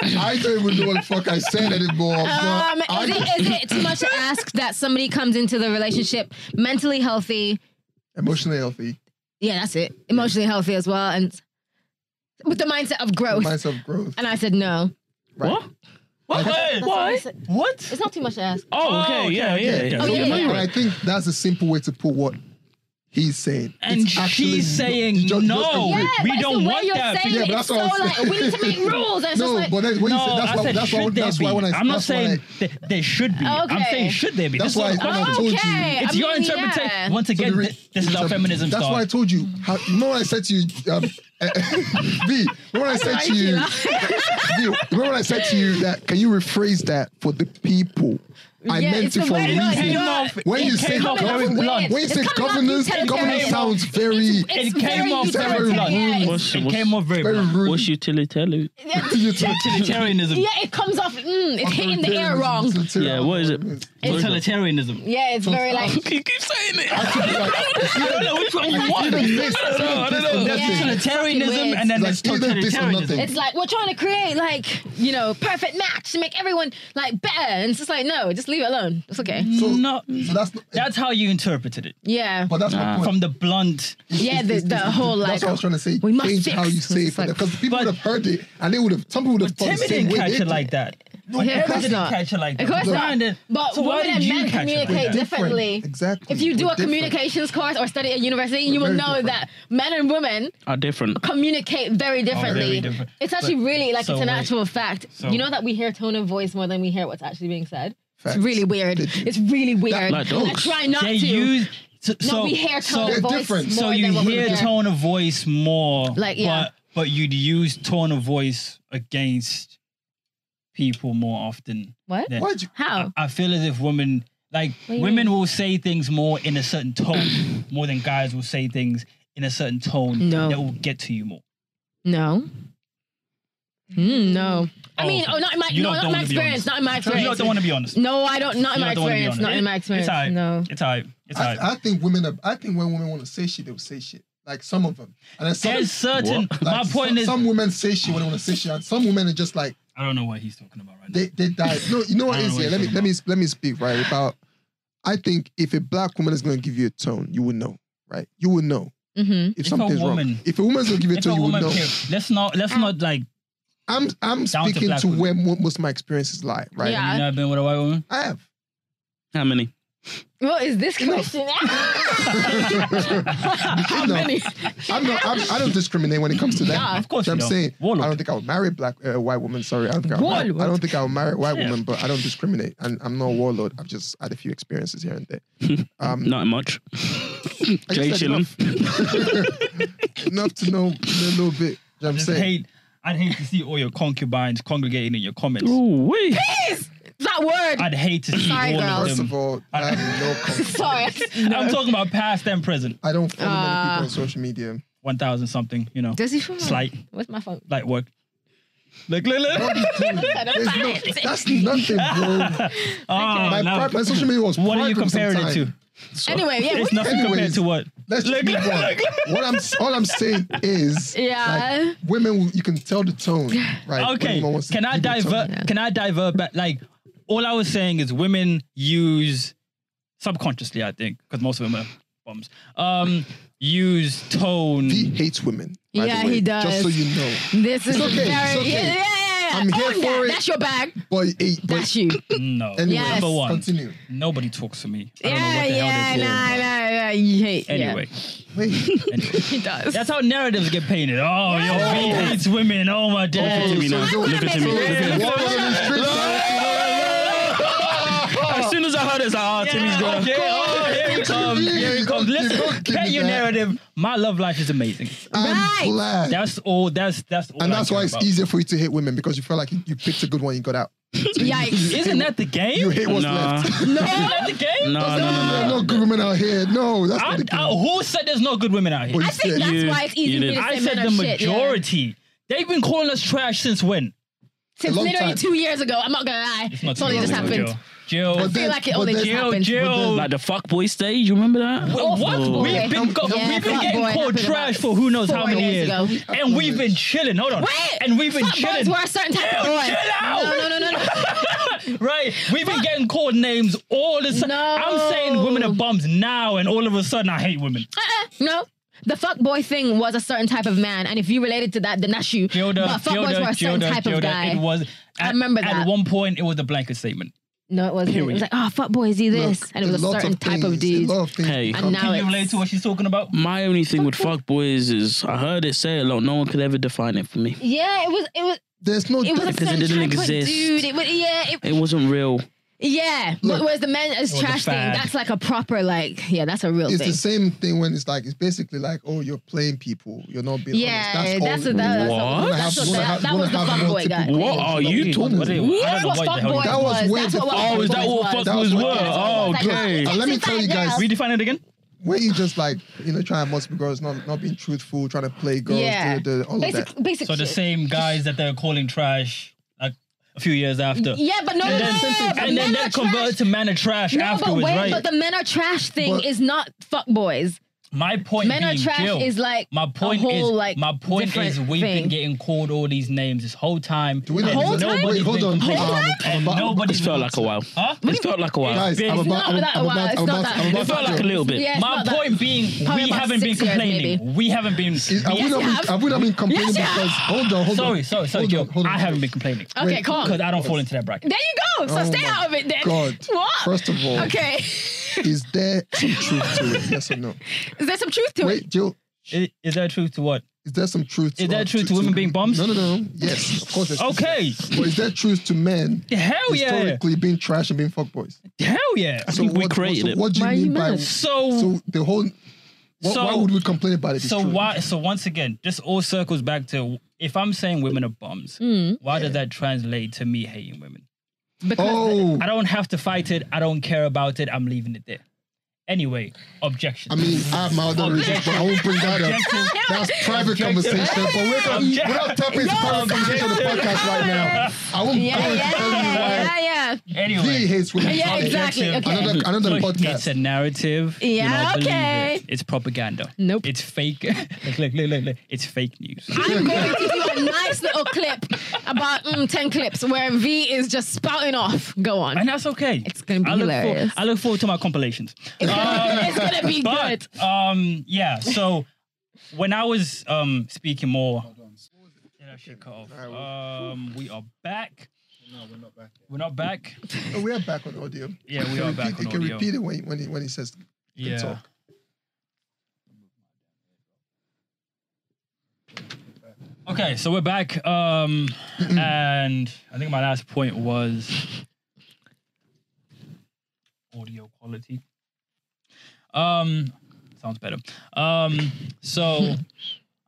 I don't even know what the fuck I said anymore. but
um,
I,
is it, is it too much to ask that somebody comes into the relationship mentally healthy?
emotionally healthy,
Yeah, that's it. Emotionally healthy as well, and with the mindset of growth.
mindset of growth.
And I said no.
Right.
What? What? Why?
It's
What?
not too much to ask.
Oh, okay,
okay,
yeah, yeah,
Yeah.
yeah.
Oh, yeah, yeah,
And
yeah.
I think that's a simple way to put what he's saying.
And
It's
she's
actually-
saying
you just- you just
no.
agree.
Yeah,
We
but it's
don't
the way
want
you're
that.
Saying
Yeah,
it,
but
it's
that's
so
what I'm
like
saying.
we need to make rules. And it's
No,
just like,
but that's what you said. That's
I
why.
said,
That's why.
should there
That's why
be?
when I.
I'm not
that's why
saying th- there should be. I'm
Okay.
saying should there be.
That's
This
why
is
I
not a
when I
question.
told you.
okay.
It's
I
your
mean,
interpretation.
yeah.
Once
So
again,
the re-
th- this is how
so
feminism
That's why I
starts.
told you. How, you know what I said to you, um, [laughs] V. Remember what I said to you, [laughs] v, Remember what I said to you that can you rephrase that for the people? I
Yeah,
meant
it's
it
the
for a
way
It
It
came
reason.
Yeah.
off.
When
it
you say
came off
coming off
very
weird.
blunt.
When you
It's
say
coming off
governance,
utilitarian.
governance sounds very,
It's
It came
very
off very
utilitarian.
blunt.
Yeah, it's-
What's,
It
what's,
came off very
very
blunt.
rude.
what's utilitarian?
Utilitarianism.
Yeah, it comes off. Mm, it's hitting the air wrong.
Yeah, what is it?
Utilitarianism.
Yeah, it's very like.
You keep saying it. [laughs]
I
don't know which one you want.
Even this,
I don't know. I don't
even this
know.
or
There's
Yeah.
nothing.
utilitarianism and then there's
Like, either this or nothing.
totalitarianism.
It's like we're trying to create like you know perfect match to make everyone like better, and it's just like no, just leave it alone. It's okay.
So-
No,
So that's not-
that's how you interpreted it
Yeah,
but that's my point.
from the blunt.
yeah. The, the whole like
That's what I was trying to say.
we must
Change
fix
how you
this.
say it
It's
for
like-
because people
But-
would have heard it and they would have. Some people would have thought the
Timmy
same
didn't
way.
catch
they
it like that.
Of course
Timmy didn't
not.
catch it like that.
Of course not.
Brian did.
But
so why
women
did
and
you
men
catch it like
communicate
that?
differently.
Exactly.
If you do
We're
a
different.
communications course or study at university, you will
very
know
different.
that men and women
Are different.
communicate very differently.
Oh, different.
It's actually
But-
really like
so
it's an
wait.
actual fact.
So-
you know that we hear tone of voice more than we hear what's actually being said.
Facts.
It's really weird.
Did you-
It's really weird.
Like
I
dogs.
try not
They
to.
use. So,
no,
so,
we hear tone
so,
of voice
different.
more
so
than
you
what we
hear
hear.
tone of voice more.
Like, yeah.
But, but you'd use tone of voice against people more often.
What?
than-
Why'd you-
How?
I feel as if women like
do you
women will say things more in a certain tone, [coughs] more than guys will say things in a certain tone
No.
that will get to you more.
No. Mm, no. I
Oh,
mean,
okay.
oh, not in my,
You
no,
don't-
not
don't
in my
wanna be
experience.
honest.
Not in my
You
experience.
don't want to be honest.
No, I don't. Not in
You
my
don't wanna be
experience.
honest.
Not in my experience.
It's alright.
No.
It's alright. It's alright.
I, I think women. Are, I think when women want to say shit, they'll say shit. Like some of them, and then some.
There's certain.
What?
My
like,
point
some,
is,
some women say shit when they want to say shit, and some women are just like
I don't know what he's talking about right now.
they they die. No, you know what
I don't
is
know
here?
what
Let me
you're
let me let me speak right about. I think if a black woman is going to give you a tone, you will know, right? You will know
Mm-hmm.
if,
If a
something's wrong.
woman-
If a woman's going to give you a
If a
tone, you will
woman,
know.
okay, let's not let's not like
I'm I'm
Down to
speaking
black
to,
women.
where mo- most of my experiences lie, right?
Yeah.
you know I've been with a white woman.
I have.
How many?
What is this question? [laughs] How
know.
many?
I'm not. I'm, I don't discriminate when it comes to that.
Yeah,
of course
So
you
I'm
don't.
saying
Warlock.
I don't think I'll marry a black uh, white woman. Sorry, I don't think I'll marry, I don't think I'll marry a white woman, but I don't discriminate, and I'm not a warlord. I've just had a few experiences here and there. Um,
Not much.
I just
Jay
had
chilling.
enough, [laughs] enough to know a little bit. You know what I'm
Just
saying.
hate. I'd hate to see all your concubines congregating in your comments.
Ooh, wait.
that word.
I'd hate to see
Sorry,
all
girls.
of
First
them.
of all, I have
[laughs]
no. Confidence.
Sorry.
I'm talking about past and present.
I don't follow many
Ah.
people on social media.
One thousand something. You know,
Does he from?
slight
Where's my phone?
light work. Look, look,
I
look. [laughs]
don't
There's no,
find it.
that's nothing, bro.
Oh,
My,
no.
pri- my social media was.
What are you
private
comparing it
sometime.
to?
Anyway, yeah.
It's
what-
nothing compared
Anyways,
to what.
Let's just
Look,
move
look,
on. What I'm all I'm saying is,
Yeah.
like, women, will- you can tell
[laughs]
the tone, right? when
Okay,
woman wants to
can I
give you tone.
divert? Can I divert back? Like, all I was saying is women use subconsciously, I think, because most of them are bombs. Um, use tone.
He hates women. by the
Yeah,
way,
he does.
Just so you know,
This is
It's okay,
very.
it's okay.
Yeah, yeah, yeah, yeah.
I'm here
Own
for
that.
it.
That's your bag.
but, it, but
That's you.
No,
anyway,
Yes.
number one,
Continue.
nobody talks to me. I don't know
Yeah,
what the
yeah,
hell they're
nah, nah,
talking
nah. You hate.
about. Anyway, [laughs]
Wait,
anyway.
yeah. he does.
that's how narratives get painted. Oh, yo, he hates women. Oh my
Look at
days.
me now.
so-
Look at me.
so
Look at
there's
me.
a woman in the street,
As soon as I heard it, I was like, ah, Timmy's
Yeah,
gone.
okay. Oh, here we come. Here we come.
Don't give-
Listen,
don't give
that
me
your
that.
narrative. My love life is amazing.
I'm
Right.
glad.
That's all. That's that's all.
and
I
that's
care
why it's
about.
easier for you to hate women because you feel like you, you picked a good one, you got out.
Yikes.
Isn't that the game?
You hate what's
Nah.
left.
no. Isn't that the game?
No, no, no,
There's
no.
no good women out here. No, that's
I,
not the game.
I- who said there's no good women out here?
But
I
you
think
said-
that's
You-
why it's
you
easy for me
did.
to say
I
men
said the
are shit, yeah.
majority. They've been calling us trash since when?
Since
long
literally
time.
two years ago. I'm not gonna lie. It's,
Not
only
too
just
long ago.
happened.
Jill.
But
Jill.
then-
feel like it
but
only
then-
just
Jill.
happened.
Jill.
Like the fuckboy stage, you remember that?
What?
Oh.
We've been, got,
Yeah,
we've been
fuck
getting
boy
called
happened
trash
about
for who knows
four
how many
years
years,
ago.
and we've been chilling. Hold on,
Wait!
and we've been
Fuck
chilling.
boys were a certain type of boy.
chill out!
No, no, no, no, no.
Right, we've been getting called names all the time.
No.
I'm saying women are bums now, and all of a sudden I hate women.
Uh-uh. No. the fuckboy thing was a certain type of man, and if you related to that, then that's you.
Gilda,
but fuckboys
Gilda,
were a certain
Gilda,
type
Gilda.
of guy.
It was. At,
remember
At
that.
one point, it was a blanket statement.
no, it wasn't. It
Period.
was like, oh, fuckboy, is he this?
Look,
and it was a
lot
certain type of
things-
dude.
A lot of things.
Hey.
become-
And now
Can you
it's-
relate to what she's talking about?
My only thing with fuckboys is I heard it say a lot. No one could ever define it for me.
Yeah, it was. It was.
there's no.
It was a
Because it
certain
didn't
type
exist.
of dude. It was. Yeah. It,
It wasn't real.
yeah.
Look.
Whereas the men as
was a
trash thing,
fad.
that's like a proper like. Yeah, that's a real
it's
thing.
the same thing when it's like it's basically like oh you're playing people you're not being
yeah,
honest.
that's
That's,
a,
all.
that, that's
What?
a, that's
You
a,
wanna
that,
have-
that
you
was the
wanna have
fuckboy
multiple
guy.
women.
What
Yeah,
are
it's
you
not
talking
real.
about?
Yeah,
I
That's
don't know
what
what the hell.
fuckboy
That was
was.
way
That's
before-
what
Oh, is that
fuckboys
what
was.
fuckboys
were?
were? Oh,
Like,
okay.
it's
Now, let me tell you
inside
guys-
now.
Redefine it again.
when you just like you know trying multiple girls, not not being truthful, trying to play girls,
Yeah.
do, do, all of that.
Basic, basic
So the
shit.
same guys that they're calling trash like a few years after.
Yeah, but no, no,
And then,
no, no, but
and then
men
that
are trash.
converted to man of trash
No,
afterwards,
but wait,
right?
but the men are trash thing
But-
is not fuckboys.
my point
Men are
being,
trash
Jill,
is like
my point
a whole
is
like
my point
different
is we've
thing.
been getting called all these names this whole time.
Do we
and
not-
Whole time?
Wait,
nobody's
hold
been
on.
complaining.
Um, I'm
And
about-
nobody-
It felt like a while.
Huh?
It felt like a while.
Guys, I'm
It's
about,
not
I'm,
that
I'm
a while,
about,
it's
I'm
not
about,
that.
I'm about
It felt
to-
like a little bit.
Yeah, it's
My
not that-
point being,
Probably
we
about
haven't been
six years, maybe.
complaining. We haven't been.
Is- Have we not been-
have.
have we not been complaining
Yes, you
because
have.
hold on, hold on.
Sorry, sorry, sorry,
Hold
Joe.
on, hold on.
I haven't been complaining
Okay, calm.
because I don't fall into that bracket.
There you go. So
Oh
stay
my
out of it then.
God.
[laughs] What?
First of all,
Okay.
is there some truth to it? Yes
[laughs]
or no?
Is there some truth to
Wait,
it?
Jill,
Is, is that true to what?
is there some truth? To
Is there
uh,
truth to women being bums?
No, no, no. Yes, of course. There's truth to that.
Okay.
But is there truth to men
Hell yeah.
historically being trash and being fuckboys?
Hell yeah.
I think we
what,
created
so
it.
What do you
Why are you
mean by
mad?
So,
so the whole? What,
So-
why would we complain about it? It's
so
true.
why? So once again, this all circles back to if I'm saying women are bums,
Hmm.
why does that translate to me hating women?
Because
Oh,
I don't have to fight it. I don't care about it. I'm leaving it there. Anyway, objection.
I mean, I have my other reasons, but I won't bring that up.
Objective.
That's private conversation. But we're not,
Objective.
we're not tapping into private conversation on the podcast right now. I won't
yeah,
go
yeah,
into telling you why
yeah, yeah,
he
anyway,
hates women.
yeah,
Sorry.
exactly.
objective.
Okay.
Another, another
it's
podcast.
a narrative. Do
Yeah,
not believe
okay.
it. It's propaganda.
Nope.
It's fake. [laughs] look, look, look, look, look. It's fake news.
[laughs]
I'm going to do a nice little clip about mm, 10 clips where V is just spouting off. Go on.
And that's okay.
It's gonna be
I look for-
hilarious.
I look forward to my compilations.
It's gonna, [laughs] it's gonna be good.
But um, yeah. So when I was um speaking more, Yeah, that shit cut off. Um, we are back.
No, we're not back yet.
We're not back.
Oh, we are back on audio.
Yeah, we
You
are
can repeat-
back on
You can
audio.
repeat it when he, when he, when he says
Yeah.
talk.
Okay, so we're back. Um, and I think my last point was audio quality. Um, sounds better. Um, so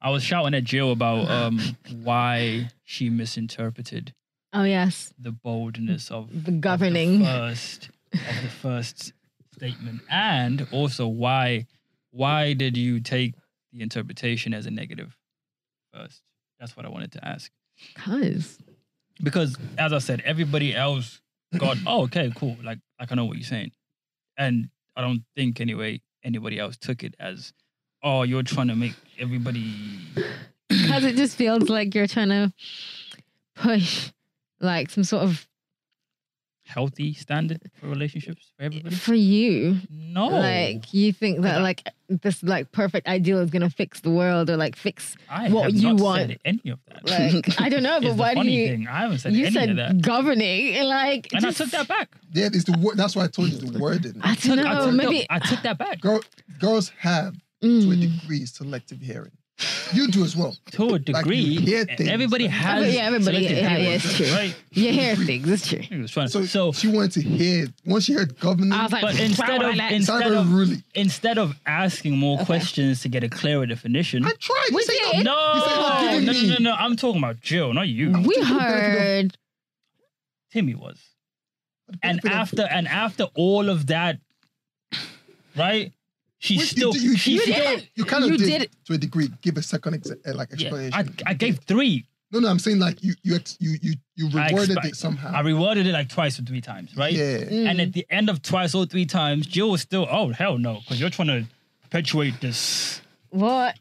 I was shouting at Jill about um why she misinterpreted
Oh, yes.
the boldness of
The governing.
of the first of the first statement, and also why why did you take the interpretation as a negative first? That's what I wanted to ask
Cuz.
because, as I said, everybody else got oh okay cool like like I know what you're saying, and I don't think anyway anybody else took it as oh you're trying to make everybody
Because it just feels like you're trying to push like some sort of
healthy standard for relationships for everybody.
for you.
No,
Like you think that like this like perfect ideal is gonna fix the world or like fix
I
what
have
you
not
want.
said any of that.
like I don't know,
[laughs] is
[laughs] but
the
why do
funny
you
thing. I haven't said
you
any of
said
that.
governing and like
And
just-
I took that
[laughs]
back.
Yeah, it's the word. That's why I told you the wording.
I don't
I
know,
took
maybe
that- I took that back
Girl, girls have to a
Mm.
degree selective hearing. You do as well.
to a
Like,
degree.
you hear things.
everybody has.
yeah, everybody-
selective
yeah, yeah,
hearing,
it's true.
Right.
you hear things, it's true.
He was trying
So,
to- So,
she wanted to hear. Once she heard governor,
I was like,
but
"Wow,
instead
I
of
like-
instead
Cyber
of
ruling.
instead of asking more questions to get a clearer definition.
I tried. You
We
say
did.
no.
no,
You said you're
no,
giving
no,
me-
no, no. I'm talking about Jill, not you. [laughs]
I'm
we
taking the benefit of-
heard
Timmy was. And
benefit of-
after and after all of that, right? She
Wait, you
still
did- you-
she
you
still
did.
You kind of
You
did,
did-
to a degree. Give a second ex- uh, like
Yeah,
explanation.
I, I gave three.
no, no. I'm saying like you you ex- you you you
I
rewarded
expi-
it somehow.
I rewarded it like twice or three times, right?
Yeah.
And at the end of twice or three times, Jill was still, oh hell no, because you're trying to perpetuate this,
what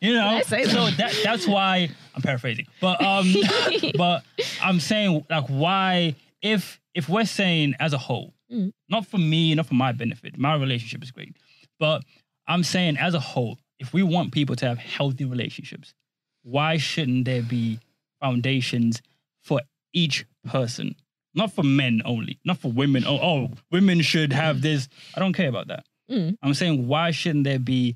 you know.
I say that?
So that that's why I'm paraphrasing, but
[laughs]
um, but I'm saying like why if if we're saying as a whole,
Mm.
not for me, not for my benefit, my relationship is great, but I'm saying as a whole, if we want people to have healthy relationships, why shouldn't there be foundations for each person? Not for men only, not for women. Oh, oh women should have this. I don't care about that.
Mm.
I'm saying, why shouldn't there be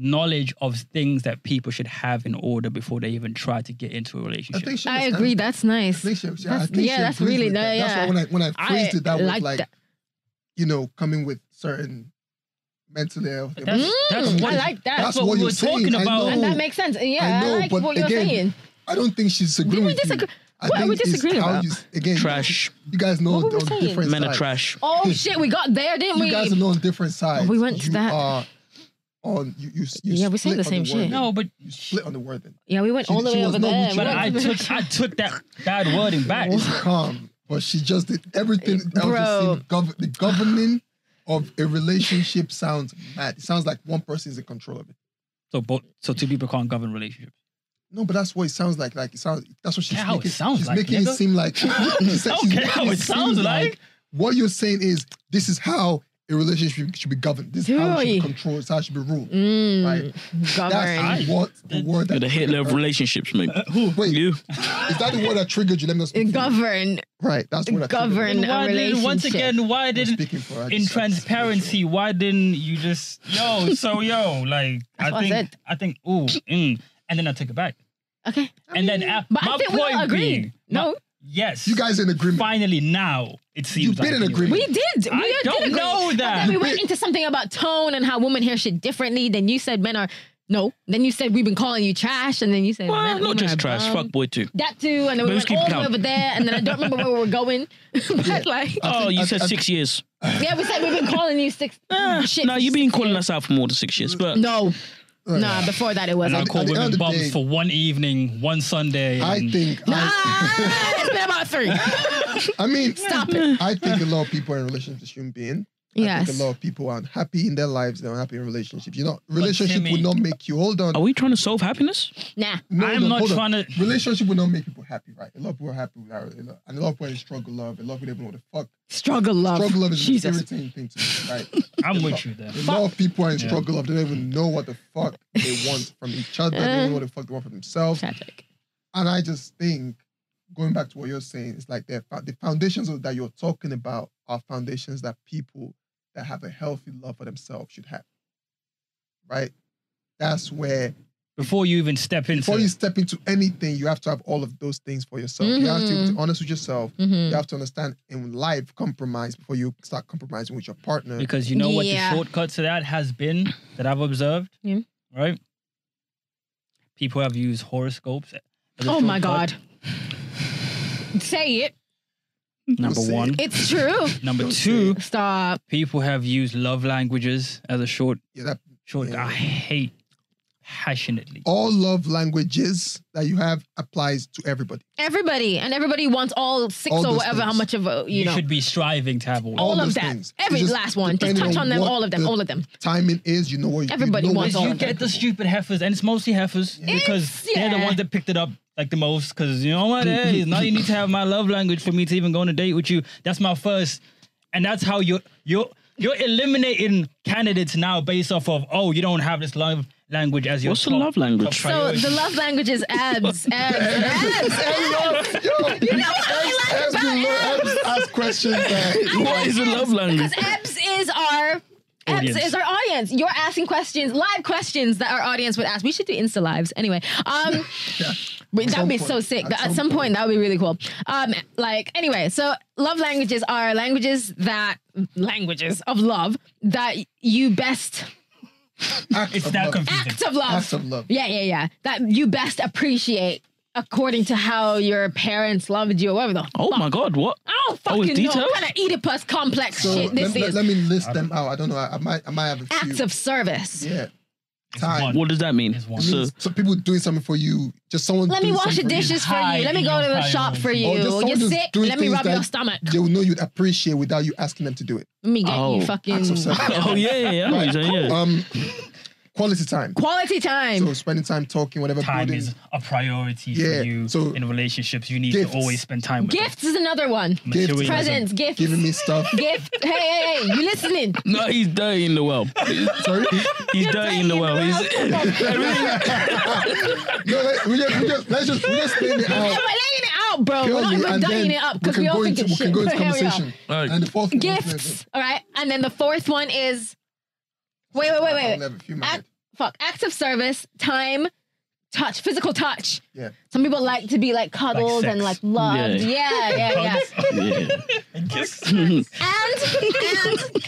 knowledge of things that people should have in order before they even try to get into a
I
relationship?
think she
I
understands
agree.
that.
That's nice.
I think she, yeah, I
That's-
think
yeah,
she
that's
agrees
really
with that.
no- yeah.
That's why when I when I phrased it, that was
like
like
that.
you know coming with certain mental health.
That's, that's
Mm,
what,
I like that.
That's
what,
what
we
you're
were
saying.
talking
I
about.
and
know.
that makes sense. Yeah,
I
I,
know,
like
but
what you're
again,
saying.
I don't think she's agreeing
Did we
with you.
disagree?
I
What are we
think it's
disagreeing
how
about?
you s- again,
Trash.
You guys know
What were we
on
saying?
different
Men are
sides.
trash.
[laughs]
Oh shit, we got there, didn't we?
You guys are on different sides.
We went to
You
that.
Are on you, you, s- you
Yeah, we say
split
the
on
same shit.
wording.
No, but
you split on the wording.
yeah, we went
She-
all the
she
way
was
over
not
there. We
with you.
but
went [laughs] to-
I took I took that bad wording back.
It's calm, but she just did everything. Bro.
Bro.
Just seemed gov- the governing of a relationship sounds mad. It sounds like one person is in control of it.
So both so two people can't govern relationships.
No, but that's what it sounds like. Like it sounds. That's what she's
Care how it
making.
sounds
she's
like,
making it
nigga.
seem
[laughs]
like. she said
I don't
she's
care
making
how it
seem
sounds like.
What you're saying is this is how a relationship should be governed. This is how it should be
Really?
controlled. It's how it should be ruled.
Mm,
Right.
[laughs] govern.
That's
Alright.
what the word
You're
that
the Hitler of relationships, mate.
who? Wait,
You.
is that the word that triggered you? Let me not speak. for you.
govern.
Right, that's what
Govern.
I
In a
why did once
relationship.
again why didn't
speaking for her,
in
just-
transparency why didn't you just
[laughs]
yo so yo like
That's
I
what I
think I,
said.
think ooh mm, and then I took it back
Okay.
and then uh,
But
my
I think we
point
all agreed.
being, my-
no,
yes
You guys in agreement?
finally now it seems
You've been
like
in
anyway.
agreement.
we did. We
I
did
don't
agree.
know
But
that.
then we went into something about tone and how women hear shit differently. Then you said men are no. Then you said we've been calling you trash, and then you said
Well,
men,
not
women
just
are
trash.
bum.
Fuck boy too.
That too, and then
But
we went
let's keep
all
it
the way
down.
over there, and then I don't remember where we were going. [laughs]
[laughs]
but like,
Oh, you said
I-
six years.
yeah, we said we've been calling you
[laughs]
six. shit.
No,
for
you've
six
been calling
years.
us out for more than six years,
[laughs]
but
No, nah. Before that, it
and I
wasn't.
call
At the end of
women
the
bums
day-
for one evening one Sunday
I
and-
think. I,
[laughs] Ah, it's been about three.
[laughs] I mean,
Stop it.
I think a lot of people are in relationships as human being. I
Yes.
think a lot of people are unhappy in their lives. They're unhappy in relationships. You know, relationship
Timmy-
will not make you. Hold on.
are we trying to solve happiness?
Nah.
No,
I'm
no,
not
hold on.
trying to-
Relationship will not make people happy, right? A lot of people are happy with that, and a lot of people are in struggle love. A lot of people don't know what the fuck.
Struggle love.
Struggle love is an
Jesus.
irritating thing to me, right?
I'm with you there
A lot of people are in struggle love. They don't even know what the fuck they want from each other. They don't know what the fuck they want from themselves.
Tragic.
And I just think, going back to what you're saying, it's like the the foundations of- that you're talking about are foundations that people that have a healthy love for themselves should have. Right? That's where
before you even step into
before you step into anything, you have to have all of those things for yourself. You have to
Mm-hmm.
be honest with yourself. You have to understand in life compromise before you start compromising with your partner.
Because you know what the
Yeah.
shortcut to that has been that I've observed,
Yeah.
right? People have used horoscopes. as a
Oh my
shortcut.
God. Say it.
Number
Don't say
one.
It's true.
Number two,
Stop.
people have used love languages as a short,
Yeah, that,
short.
Yeah.
I hate passionately.
Oh,
all love languages that you have applies to everybody.
Everybody and everybody wants all six
All
or
those
whatever. How
things.
much of a you,
You,
know? Oh,
should be striving to have all.
all
all
of
those
that.
things.
Every
It just
last one. Just
depending
touch
on
on them.
what
All of them.
the-
All of them.
Timing is, you know what you
Everybody
you know
wants
what
all
you
of
get
them.
the stupid heifers, and it's mostly heifers because they're the
yeah.
ones that picked it up like the most. Because you know what? Hey, now you need to have my love language for me to even go on a date with you. That's my first, and that's how you're you're you're eliminating candidates now based off of oh you don't have this love language as your
What's the
top-
love language?
top
So
priority.
the love language
[laughs]
is abs, abs, abs.
Yo,
You know what I like
ask,
about
me,
abs?
ask,
[laughs]
ask questions. That,
What is a love language?
Because abs is our. Abs
Audience.
is our audience. You're asking questions, live questions that our audience would ask. We should do Insta lives anyway.
[laughs]
Um, but that
some
would be so
point.
sick.
At
At,
some
some, point, that would be really cool. Um, like anyway, so love languages are languages that languages of love that you best
acts
it's
of
that
love.
confusing.
acts of love.
Acts of love.
Yeah, yeah, yeah. That you best appreciate according to how your parents loved you or whatever. The
Oh my god, what?
I don't
Oh, it's
fucking know
detailed?
what kind of Oedipus complex
So
shit this
let, let-
is.
let me list them out. I don't know. I, I might, I might have a few.
Acts of service.
yeah. Time.
one.
What does that mean?
It's one.
So
Means so people doing something for you. Just someone.
Let me
doing
wash the
something for you.
dishes for you. Let me go
Hiding
to the
your
shop for
priorities.
you.
Or just someone
You're
just
sick.
doing
Let me
things
rub your
that
stomach.
They will know you'd appreciate without you asking them to do it.
Let me get
Oh.
you fucking. [laughs]
Acts of service. [laughs]
Oh yeah, yeah, yeah. I know what you're saying, yeah.
Um, quality time.
Quality time.
So spending time talking, whatever.
Time
building-
is a priority
Yeah,
for you
so
in relationships. You need
gifts.
to always spend time with them.
Gifts is another one.
Materialism. [laughs]
Presents, gifts,
giving me
[laughs]
stuff.
gift. Hey, hey, hey! You listening?
No, he's dirty in the well.
Sorry.
He's dirty in the well. He's,
[laughs] No, let, we just, we just, let's just, we just spend it
Yeah,
out.
but laying it out, bro. [laughs] We're not
purely,
even
and
dying
then
it up
we
because we,
can
all
go
think
into,
it's
we
shit.
can go into
[laughs] Here we are.
conversation.
Alright.
And the fourth one,
Gifts. All right, and then the fourth one is. Wait, wait, wait,
I'll
wait, wait.
never feel my
Act,
head.
fuck. Acts of service, time, touch, physical touch.
Yeah.
Some people like to be like cuddled and like
sex.
loved. Yeah, yeah, yeah.
[laughs]
yeah.
And gifts.
[laughs] And and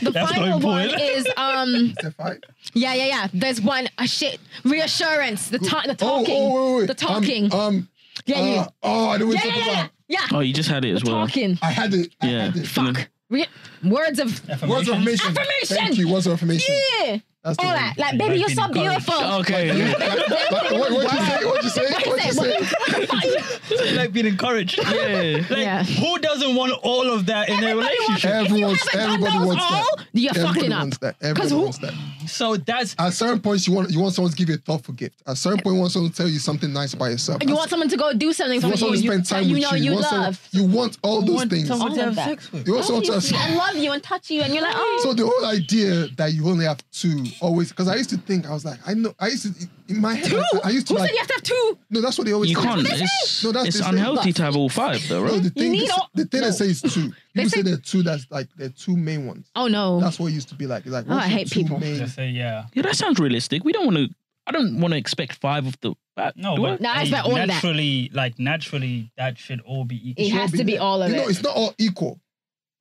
the
That's
final
not
one
important.
is um
Is that five?
yeah yeah yeah. There's one uh, shit reassurance. The ta- the
Oh,
talking.
oh, wait, wait.
The talking.
Um, um
yeah,
uh,
you-
oh, I
yeah,
know what you're
yeah,
talking
yeah,
about.
yeah.
Oh, you just had it as well.
Talking.
I had it. I
Yeah.
had it.
Fuck. Re- words of
Words of
Affirmations.
affirmation.
Affirmation.
Thank you. Words of affirmation.
[laughs] yeah.
That's the
All
one.
that. Like, baby, you're so
Like being encouraged.
beautiful.
Oh, Okay.
Yeah, like, like, [laughs] what, what'd you say? What'd you say? What'd you say?
like
[laughs]
being encouraged.
Yeah.
Like,
Yeah.
who doesn't want all of that in their
Everybody wants-
relationship?
Everyone's,
haven't done
everybody
those
wants
all,
that.
you're
everybody
fucking up.
wants that.
'Cause
Everybody
who-
wants that.
So that's
At certain points, you want you want someone to give you a thoughtful gift. At certain point, you want someone to tell you something nice about yourself.
You want someone to go do something
you
for
want someone
you,
to
you
spend
that
time
you
with
know
you.
you
want someone-
love.
you want all those
want
things.
someone
All
to have
of that.
sex with.
You want someone to have
I love you and touch you, and you're like, oh.
So the whole idea that you only have two always because I used to think I was like I know I used to in my head
two?
I used to
Who
like
said you have to have two?
no that's what they always
You
say.
can't. It's,
No, that's
it's
the same.
unhealthy to have all five, though,
No,
right?
the thing
need
they,
all-
the thing
no.
they say is two.
They
People
say-
say there are two that's like there are two main ones.
Oh no.
That's what it used to be like. It's like
Oh, I
what's your
hate
two
people.
main-
Just say, yeah.
Yeah, that sounds realistic. We don't want to. I don't want to expect five of the. Uh,
No,
do I?
but
No, I
hey,
expect all of that.
naturally, like naturally, that should all be e-, equal.
it has to be all of
you know,
it.
it's not all equal,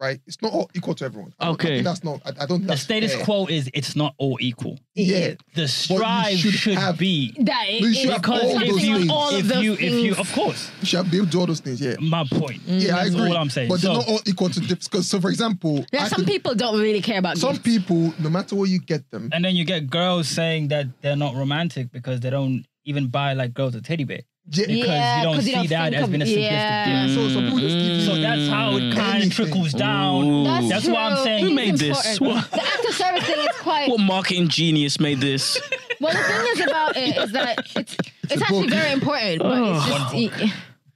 right? It's not all equal to everyone. I don't- I
Okay.
think that's not. I, I don't.
The
That's
status
fair.
quo is it's not all equal.
Yeah.
The strive
should
should,
have-
be
That it,
We
it's
should have
something
all those
on
things.
all of
if
those
you if you
things.
of course
You should be able to do all those things. Yeah.
my point.
Yeah, I
Mm, That's
agree.
all I'm saying.
But
So-
they're not all equal to because. So, for example,
Yeah,
I
some
could-
people don't really care about
some
gifts.
people, no matter what you get them,
And then you get girls saying that they're not romantic because they don't even buy like girls a teddy bear
yeah,
because you don't
'cause
see that
think
as
of-
being a simplistic
yeah.
so some people just give you.
gift. So that's how
Mm.
it kind
Anything.
of trickles down.
Ooh.
That's,
That's why I'm
true.
saying- Who
It's
made this?
important. The act of service thing is quite.
What marketing genius made this?
Well, the thing is about it is that it's it's
a
actually
book.
very important, but it's
Oh.
just it-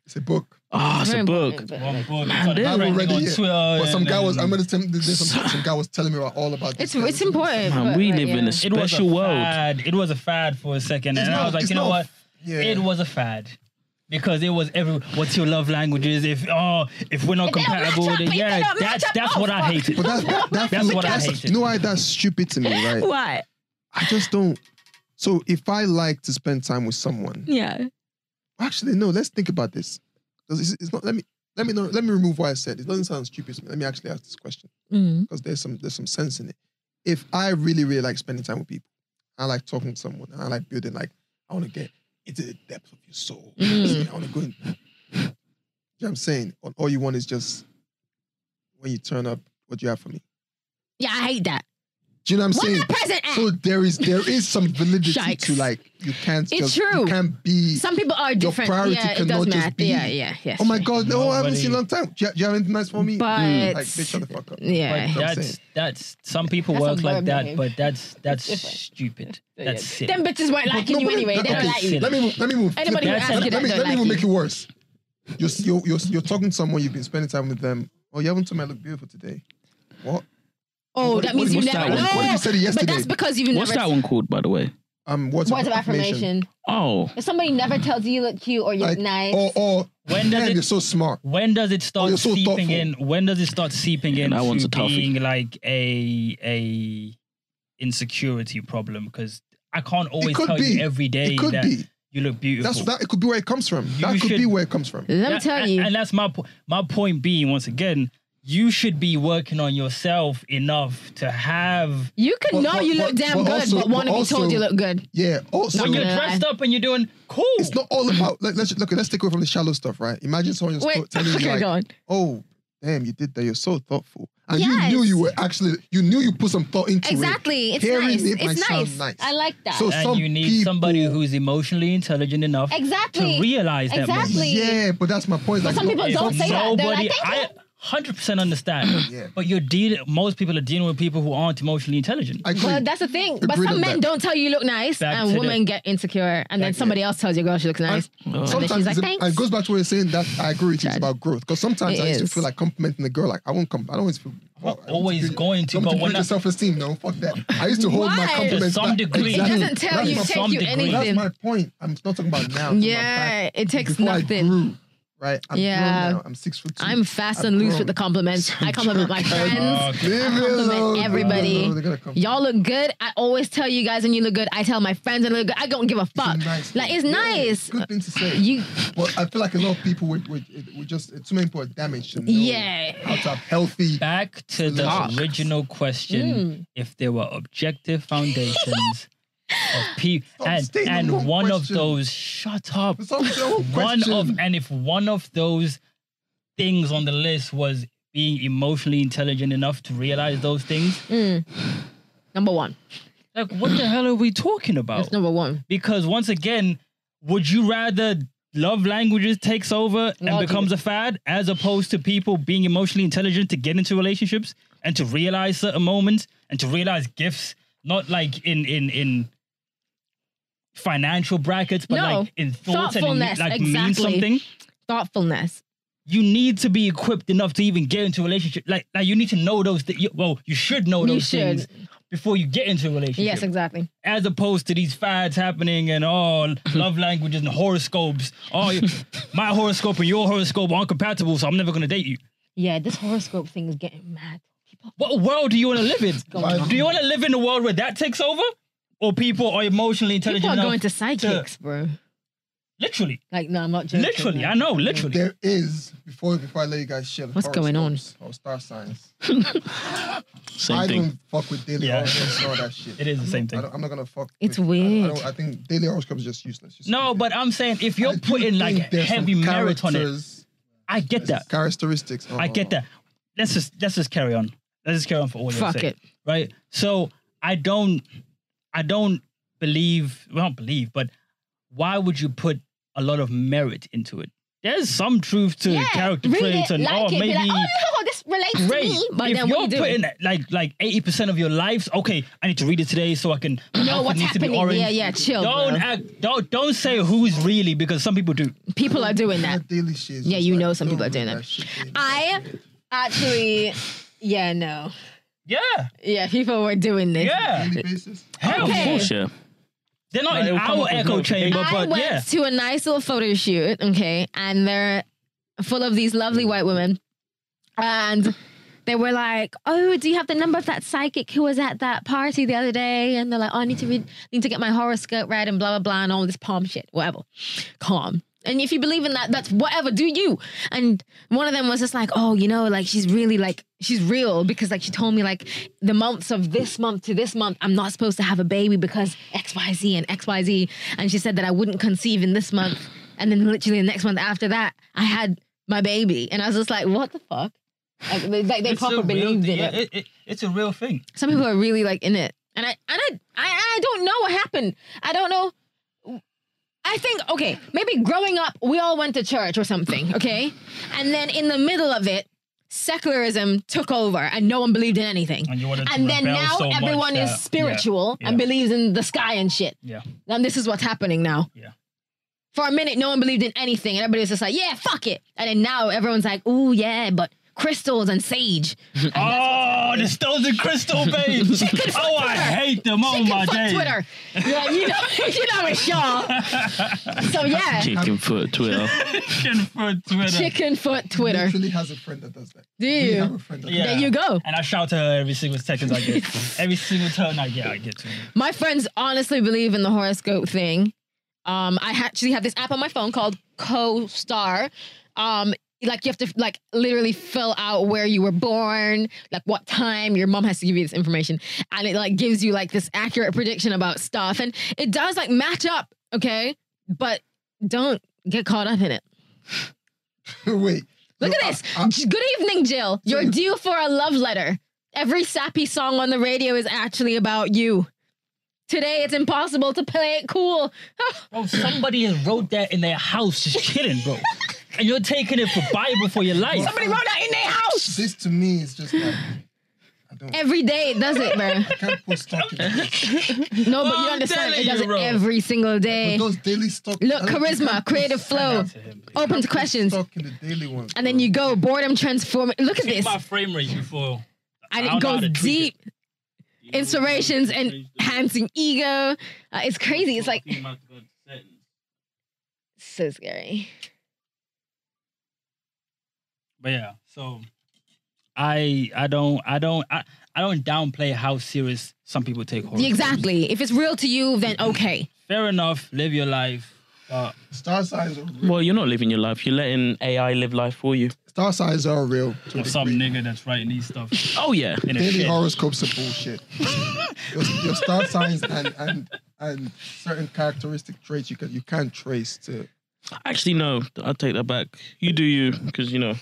It's a book.
Ah, it's
very
a book.
important, but-
One book,
Man,
it's
they
on
I've
Trending
already.
on
yeah.
Twitter
But some
and-
guy was. I remember telling there's some, some guy was telling me about all about.
It's
this.
it's important.
Man,
but-
we
but
live in
yeah.
a
It was a
special world.
fad. It was a fad for a second,
It's
and I
not-
was like,
it's
you know
not-
what?
yeah.
It was a fad. Because it was every what's your love languages? If oh if we're not
If they don't match
compatible,
up,
then
if they don't
yeah,
match
that's
up,
that's
oh,
what I
fuck.
hated.
But that's that,
That's what I
that's-
hated.
You know why that's stupid to me, right?
Why?
I just don't. So if I like to spend time with someone,
Yeah.
actually no. Let's think about this. 'Cause It's, it's not. Let me let me know. Let me remove what I said. It doesn't sound stupid to me. Let me actually ask this question
Mm.
because there's some there's some sense in it. If I really really like spending time with people, I like talking to someone, and I like building. Like I want to get into the depth of your soul.
Mm.
I want to go in. You know what I'm saying? All- All you want is just when you turn up, what do you have for me?
Yeah, I hate that.
Do you know what
What's
I'm saying?
the present at?
So there is there is some validity
Shikes.
to like you can't
It's
just
true.
you can't be
Some people are different.
priority
yeah, it
cannot
does
just
matter.
be-
Yeah, yeah, yes.
oh my god no I haven't
Nobody-
seen a long time do you, do you have anything nice for me
But-
Mm, like bitch shut the fuck up
Yeah.
But
That's what I'm
that's
saying.
that's some people
That's
work
what
like
I'm
that,
doing.
but that's that's
different.
stupid.
Yeah.
That's sick.
Them bitches weren't liking you
nobody-
anyway. They don't
okay,
like you.
let me move let me move
Anybody
let,
who
me-
asks
let,
you
let
that
me,
don't
let me
like
make
you.
it worse you're, s- you're, you're, s- you're talking to someone you've been spending time with them oh you haven't told me I look beautiful today what
Oh,
What-
that
what-
means you
what's
never.
that one?
No,
What if you said it
but
yesterday?
that's because you've
What's
never.
that one called, by the way?
um words,
Words of affirmation.
Oh,
If somebody never tells you you look cute or you look
like
nice,
or or
When does
damn,
it-
you're so smart
when does it start
Oh, you're so
seeping
thoughtful.
in? When does it start seeping in
that
to
one's a toughie.
being like a a insecurity problem? Because I can't always
could
tell
be.
you every day
it could
that
be
you look beautiful.
that's that it could be where it comes from
You
that could be
should-
where it comes from
let
Yeah,
me tell
and-
you.
And that's my point. My point being, once again, you should be working on yourself enough to have.
you could
But-
know
but-
you
but-
look damn
but
good,
also-
but want to
but
be told
also-
you look good.
yeah also
When you're
Yeah.
dressed up and you're doing cool.
it's not all about let, let's look let's take away from the shallow stuff right imagine someone just
Wait,
telling
[laughs]
you
okay,
like,
go on.
oh damn you did that you're so thoughtful and
Yes.
you knew you were actually you knew you put some thought into
Exactly.
it
It's
Hearing
nice.
it might
It's
sound
nice. I like that.
So-
and
some
you need
people-
somebody who's emotionally intelligent enough
Exactly.
to realize that.
Exactly.
Moment.
yeah but that's my point
But
like
some
no-
people don't say that. They're like,
Nobody,
"Thank
I hundred percent understand.
[clears throat] Yeah.
But you're dealing. Most people are dealing with people who aren't emotionally intelligent.
I agree.
Well, that's the thing. But
Agreed
some
on
men
that.
don't tell you you look nice,
Back to
and
the-
women get insecure, and then somebody else tells your girl she looks nice,
Oh.
and then she's
Sometimes
like,
it's-
"Thanks."
it goes back to what you're saying that I agree with you. It's
Chad.
about growth because sometimes
It
I used to
is.
feel like complimenting the girl like I won't come. I don't always feel.
not always going to,
Don't
but
degrade
when I-
your self-esteem, no, fuck that. I used to hold my
Why? To
compliments.
some
back.
degree.
it
Exactly.
doesn't tell
That's
you,
my
take
some
you
degree.
That's
anything.
my point. I'm not talking about now. I'm talking about
Yeah,
back.
it takes
Before I
nothing.
grew, right? I'm
Yeah.
grown now. I'm six foot two.
I'm fast
I've
and loose
grown.
with the compliments.
[laughs]
I compliment my friends.
Okay.
Leave
I
me
compliment
alone.
everybody.
No, no, they're gonna come.
Y'all look good. I always tell you guys when you look good. I tell my friends when I look good. I don't give a fuck.
nice
like
thing.
it's
Yeah,
nice.
Good thing to say.
You
But I feel like a lot of people would would, would just too many people are damaged. to know
Yeah.
How to have healthy.
Back to the
Talk.
original
Mm.
question: If there were objective foundations of
[laughs]
people,
Stop
and,
stating the
and
wrong
one
question.
of those, shut up.
It's not your own
One
question.
of and if one of those things on the list was being emotionally intelligent enough to realize those things,
number one.
like what the hell are we talking about?
That's number one.
because once again, would you rather love languages takes over and
Logic.
becomes a fad as opposed to people being emotionally intelligent to get into relationships and to realize certain moments and to realize gifts, not like in in in financial brackets, but
No.
like in thoughts and in,
Thoughtfulness,
like mean
exactly.
something.
Thoughtfulness.
You need to be equipped enough to even get into a relationship. Like, like you need to know those. Th- you- well, you should know
You
those
should.
things before you get into a relationship
Yes, exactly.
as opposed to these fads happening and
[laughs]
all love languages and horoscopes. Oh, you- my horoscope and your horoscope aren't compatible, so I'm never gonna date you.
Yeah, this horoscope thing is getting mad. People
What world do you want to live in? Do you want to live in a world where that takes over, or people are emotionally intelligent
People are
enough
going to psychics, bro.
literally,
Like, no, I'm not joking.
literally,
man.
I know, literally.
There is before before I let you guys share. The
What's going on?
horoscopes Or star signs.
Same
I
thing.
don't fuck with daily
Yeah.
horoscopes and all that shit.
[laughs] It is the same
I
thing.
don't, I'm not gonna fuck.
It's
with- I, don't- I,
weird.
don't, I think daily horoscopes is just useless. Just
No,
stupid.
but I'm saying if
I
you're
do
putting like
think there's some
heavy merit on it,
characters-
I get that.
Characteristics.
I get that. Let's just let's just carry on. Let's just carry on for all
Fuck
sake,
it.
Right. So I don't I don't believe well not believe, but why would you put a lot of merit into it? There's some truth to
Yeah,
character
read
traits
it,
and
like
oh
it, be
maybe
like, oh no, this relates
great.
to me. But
if
then
you're
what you
putting
do?
like like eighty percent of your lives, okay, I need to read it today so I can my
Know
outfit
what's
needs to be
happening?
orange.
Yeah, yeah, chill.
Don't
bro.
act don't don't say who's really because some people do.
People are doing that.
Daily shit. is
Yeah,
just
you
like,
know some
don't
people are
read
doing that.
shit
Ah,
daily.
I
[laughs]
actually, yeah, no,
Yeah.
yeah, people were doing this.
Yeah.
Daily basis.
Hell,
Okay.
Of course, yeah.
They're not
Like,
in
it'll come
our
up with
echo
notifications.
chamber,
I
but
went
yeah.
to a nice little photo shoot, okay, and they're full of these lovely white women, and they were like, "Oh, do you have the number of that psychic who was at that party the other day?" And they're like, "Oh, I need to read, need to get my horoscope read, and blah blah blah, and all this palm shit, whatever." Calm. And if you believe in that, that's whatever. Do you? And one of them was just like, "Oh, you know, like she's really like she's real because like she told me like the months of this month to this month, I'm not supposed to have a baby because X Y Z and X Y Z." And she said that I wouldn't conceive in this month, and then literally the next month after that, I had my baby, and I was just like, "What the fuck?" Like they, like, they
It's a
proper
real
believed
thing.
in
Yeah,
it.
it- It's a real thing.
Some people are really like in it, and I and I I, I don't know what happened. I don't know. I think okay, maybe growing up we all went to church or something, okay, and then in the middle of it, secularism took over and no one believed in anything.
And you wanted to
And then
rebel
now
so much
everyone is
that-
spiritual
yeah,
and
yeah.
believes in the sky and shit.
Yeah.
And this is what's happening now.
Yeah.
For a minute, no one believed in anything, and everybody was just like, "Yeah, fuck it." And then now everyone's like, "Ooh, yeah, but crystals and sage."
Oh, the stones and crystal, babe. oh, I hate them. Oh
Chicken
my
fuck
day.
Twitter. Yeah, you know, [laughs] you know it's y'all. So yeah,
Chicken
[laughs]
foot Twitter.
Chicken for Twitter.
chicken foot Twitter.
Literally has a friend that does that.
Do
We have a
you?
friend that
Yeah.
There you go.
And I shout to her every single second I
[laughs]
get. every single turn I get, I get to. her.
My friends honestly believe in the horoscope thing. Um, I actually have this app on my phone called CoStar. Um, like you have to like literally fill out where you were born, like what time. Your mom has to give you this information, and it like gives you like this accurate prediction about stuff, and it does like match up. Okay, but don't get caught up in it.
does. Wait.
Look
No,
at
I-
this.
I-
J- Good evening, Jill. You're due for a love letter. Every sappy song on the radio is actually about you. Today it's impossible to play it cool. [laughs] [laughs]
Bro, somebody has wrote that in their house just chilling, bro. and you're taking it for Bible for your life.
Somebody wrote that in their house.
This to me is just like I don't
Every day it does it,
[laughs]
bro.
I can't put stock in
[laughs]
it.
No, but
Oh,
you
I'm
understand
telling
it does
you,
it
bro.
every single day.
But those daily stock.
Look,
I don't- you
charisma,
can't put
creative flow, open to questions.
Stock in the daily ones.
And then you go boredom transform. Look at
Take
this,
my frame rate before.
and
I don't
it
know how
goes
to tweak
deep. Inspirations and enhancing ego. Uh, it's crazy. It's like so scary.
But yeah, so I I don't I don't I, I don't downplay how serious some people take horror.
Exactly. If it's real to you, then okay.
Fair enough. Live your life. But
Star signs are real.
Well, you're not living your life. You're letting AI live life for you.
Star signs are real. to a
if some
degree.
nigga that's writing these stuff
Oh yeah.
in a
Daily
shit.
horoscopes are
[laughs]
bullshit. your, your star signs and, and and certain characteristic traits you can you can't trace to
Actually, no. I take that back. You do you, because you know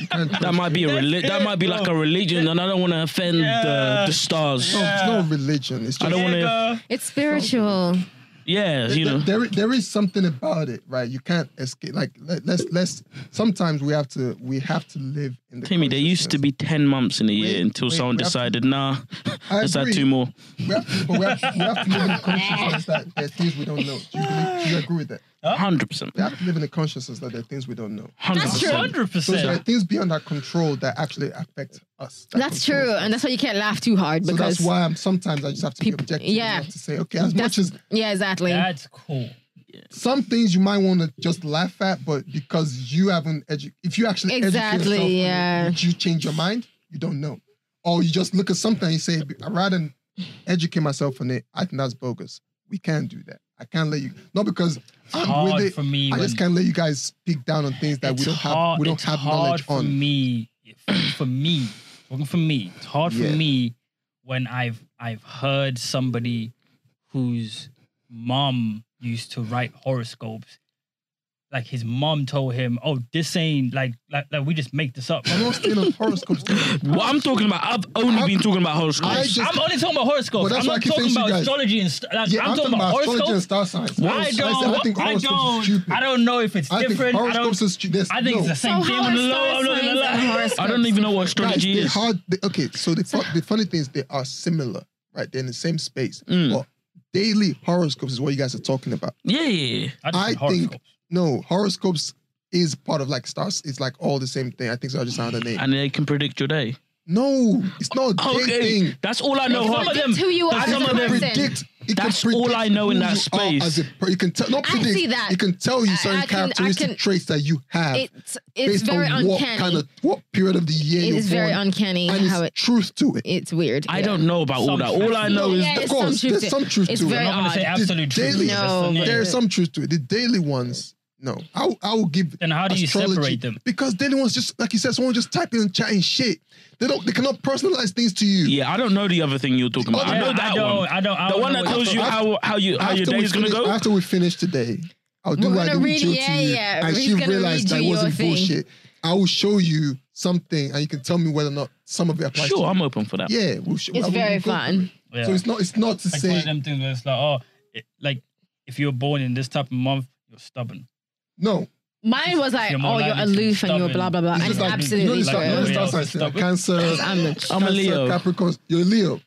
you can't
that might be a reli- that
it,
might be like a
bro.
religion, and I don't want to offend
Yeah. Oh.
the, the stars.
no, it's no religion. It's just
I don't want to.
Nigga.
It's spiritual.
Yeah, you
There-
know.
there, there is something about it, right? You can't escape. Like let, let's let's. Sometimes we have to we have to live in the.
Timmy, there used to be ten months in a year
Wait,
until
wait,
someone
we have to-
decided, nah, [laughs]
I
let's add
agree.
two more.
We have, but we have, we have to live in the consciousness that there are things we don't know. Do you, believe, do you agree with that?
Hundred percent.
We have to live in the consciousness that there are things we don't know.
Hundred
That's true.
percent.
100%.
So there are things beyond our control that actually affect us. that
That's
controls
true,
us.
and that's why you can't laugh too hard
So
because
that's why I'm sometimes I just have to
Peop-
be objective
yeah.
enough to say, okay, as
That's-
much as
yeah, exactly.
That's cool.
some things you might want to just laugh at, but because you haven't edu- if you actually educate
Exactly,
yourself, on it,
yeah.
would you change your mind? You don't know, or you just look at something and you say, rather than educate myself on it, I think that's bogus. We can't do that. I can't let you. Not because I'm
hard
with it.
for me
I
when-
just can't let you guys speak down on things that we
It's
don't have.
hard-
We don't
it's
have
hard
knowledge
for
on.
me. For me, talking for me, it's hard for
Yeah.
me when I've I've heard somebody whose mom used to write horoscopes. Like his mom told him, "Oh, this ain't like like, like we just make this up."
I'm
I'm
not staying on
[laughs]
horoscopes.
What I'm talking about, I've only
I-
been talking about
I
horoscopes.
just-
only talking about horoscopes.
Well, that's
I'm
why I
not
keep
talking
saying to
about
you guys-
astrology and st- like,
Yeah,
I'm, talking about
astrology and
horoscopes.
star signs.
I
said-
don't. I,
think horoscopes are
don't. I don't know if it's
I think
different. I
horoscopes
don't.
is stupid. There's
I think
no-
it's the
so
same
how
thing.
are
I'm not
star
gonna lie, I'm not gonna
signs
lie.
and horoscopes?
I don't even know what
Guys,
astrology
they
is.
hard- they- okay, so the, fu- the funny thing is they are similar, right? They're in the same space.
Mm.
But daily horoscopes is what you guys are talking about.
Yeah, yeah, yeah.
I just
I
said
think
horoscopes.
no horoscopes is part of like stars. It's like all the same thing. I think so. I just found the name.
and they can predict your day.
No, it's not a day
Okay,
thing.
that's all I know.
It's
Half of
predict
them,
who you are
that's
as
some
a
of them.
person.
Predict. It
That's
can predict
all I know in
who
that
you are
space.
As a, per- it can tell, not
I
predict.
see that.
It can tell
I-
you certain
I can- I
characteristic
can-
traits that you have
It's it's
based
very
on what
uncanny.
kind of what period of the year
it
you're
is very
born,
uncanny
and
how
it's
it
truth to it.
it's weird.
I
yeah.
don't know about all that. All I know is
Yeah,
of
it's
course,
some truth
there's
to-
some truth
it's
to it.
very
I'm not gonna say
odd.
absolute truth.
daily-
That's the
No,
name.
but-
There's some truth to it. The daily ones, no. I will- I will give.
Then how do you
astrology-
separate them?
Because daily ones just like you said, someone just typing and chatting shit. They don't. They cannot personalize things to you.
Yeah, I don't know the other thing you're talking about. I
Yeah,
know that
I don't,
one.
I don't. I
The
don't
one
know
that
what-
tells you how how you how your
After we
day is gonna
finish-
go.
After we finish today, I'll do
We're
what I
gonna
did
read-
with Jill
yeah,
to you,
yeah.
and
He's
she
gonna
realized
read
that
you your
wasn't
thing.
bullshit. I will show you something, and you can tell me whether or not some of it applies.
Sure,
to
I'm open for that.
you. yeah, we'll show,
It's
I will
very
go for
fun.
it.
Yeah.
So it's not. It's not to
like one
say
of them things where it's like, oh, it, like if you were born in this type of month, you're stubborn.
no.
Mine was like,
You're more
oh, you're
likely to be
aloof and you're blah blah blah.
stubborn.
And
It's
it's
just like-
absolutely
you know, it's
like-
true.
like- you know, it's
Stop
like
it.
saying Cancer.
I'm a-
I'm a Leo.
Cancer, Capricorns. You're a Leo.
So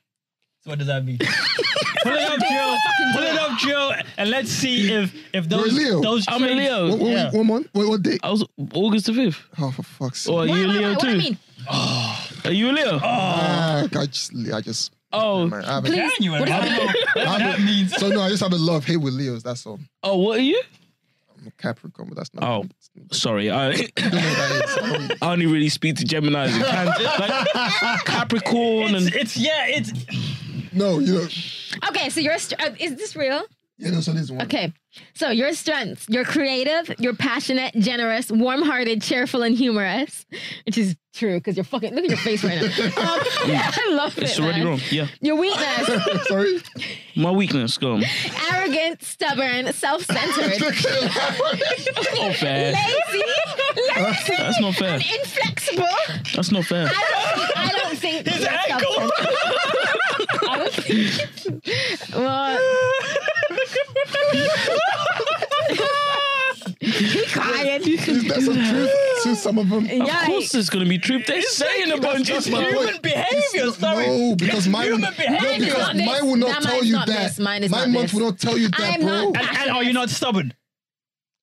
what does
[laughs]
that mean? Pull it up, Jill. Pull it up, Jill, and let's see if if those
You're a Leo.
those
I'm a
traits-
Leo.
What, what,
Yeah.
what month? What, what date?
I was August the fifth.
Oh, for fuck's sake.
Or are
Why
you
am I-
a Leo
what do I
too?
mean?
Are you a Leo? Oh,
Ah, I just, I just. man, I haven't-
January.
What
I don't know
I
what that
haven't-
means.
So no, I just have a love hate with Leos. That's all.
oh, what are you?
I'm a Capricorn, but that's not.
Oh, sorry. I
I don't know what that is.
I only really speak to Gemini's and Cancer, like Capricorn
It's,
and
it's yeah, it's
no, you know,
Okay, so your str- uh, is this real?
you know. So this one.
Okay. So your strengths, you're creative, you're passionate, generous, warm-hearted, cheerful, and humorous, which is true because you're fucking. Look at your face
[laughs]
right now. Um, [laughs] I love it.
it's already
man.
wrong. Yeah,
Your weakness: [laughs]
Sorry.
my weakness. Go on.
arrogant, stubborn,
[laughs]
self-centered,
Not fair. [laughs]
lazy, lazy,
That's not fair.
inflexible.
That's not fair.
I don't, I don't think his ankle. I don't [laughs] think. Well, he crying.
There's some truth to some of them.
Of course, there's gonna be truth. They're saying a bunch of
That's my
stuff.
point.
human behavior,
It's-
sorry.
No,
It's
because mine,
human
no,
behavior.
because
Mine is
mine will
not
not
this.
tell
Mine
you
is not
that.
this. Mine is
my
not
month
this.
will not tell you that,
I'm
bro.
not-
And, and are you not stubborn?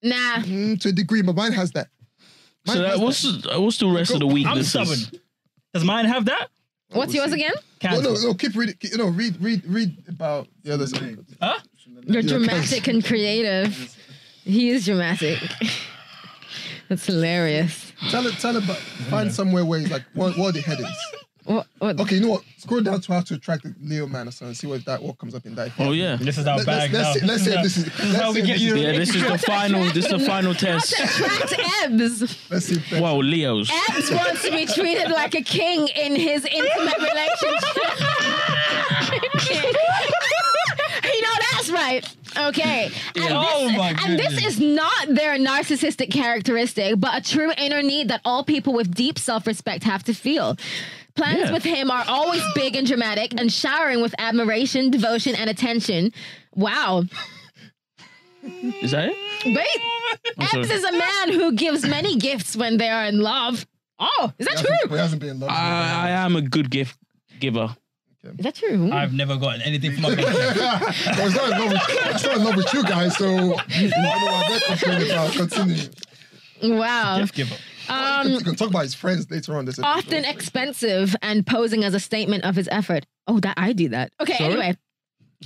Nah.
Mm, to a degree, but mine has that. Mine
So
has
that, what's what's the rest of the
I'm
weaknesses?
stubborn. Does mine have that?
What's yours again?
No,
Cancer.
no, no. Keep reading. Keep, no, read, read, read about the other side.
Huh?
You're
Yeah,
dramatic and creative. He is dramatic. [laughs] That's hilarious.
Tell it. Tell it. But find somewhere where it's like what, what are the headings.
What, what,
Okay, you know what? Scroll down to how to attract the Leo man or something. and See what that what comes up in that.
Oh yeah.
This is our
Let-
bag
let's- let's see- let's
now.
see if this is-
This is
let's
how
see
we
if
get
this
you.
is-
Yeah, this is the final. This is the final test.
Attract Ebbs.
Let's see. If that,
Wow, Leos.
Ebbs wants to be treated like a king in his intimate relationship. [laughs] you know that's right. Okay. And,
Oh
this,
my
and this
goodness.
is not their narcissistic characteristic, but a true inner need that all people with deep self respect have to feel. Plans
Yeah.
with him are always big and dramatic and showering with admiration, devotion, and attention. Wow.
Is that it?
Wait.
sorry.
Ebbs is a man who gives many gifts when they are in love. Oh, is that
he,
true?
hasn't, he hasn't been in love. [laughs]
I, I am a good gift giver.
Is that true?
I've never gotten
[laughs]
anything from my
I was not in love. With, I was not in love with you guys, so I don't know what they're complaining about. Continue.
Wow.
gift giver.
Um,
You can talk about his friends later on. This episode.
often expensive and posing as a statement of his effort. Oh, that I do that. Okay,
Sorry?
anyway.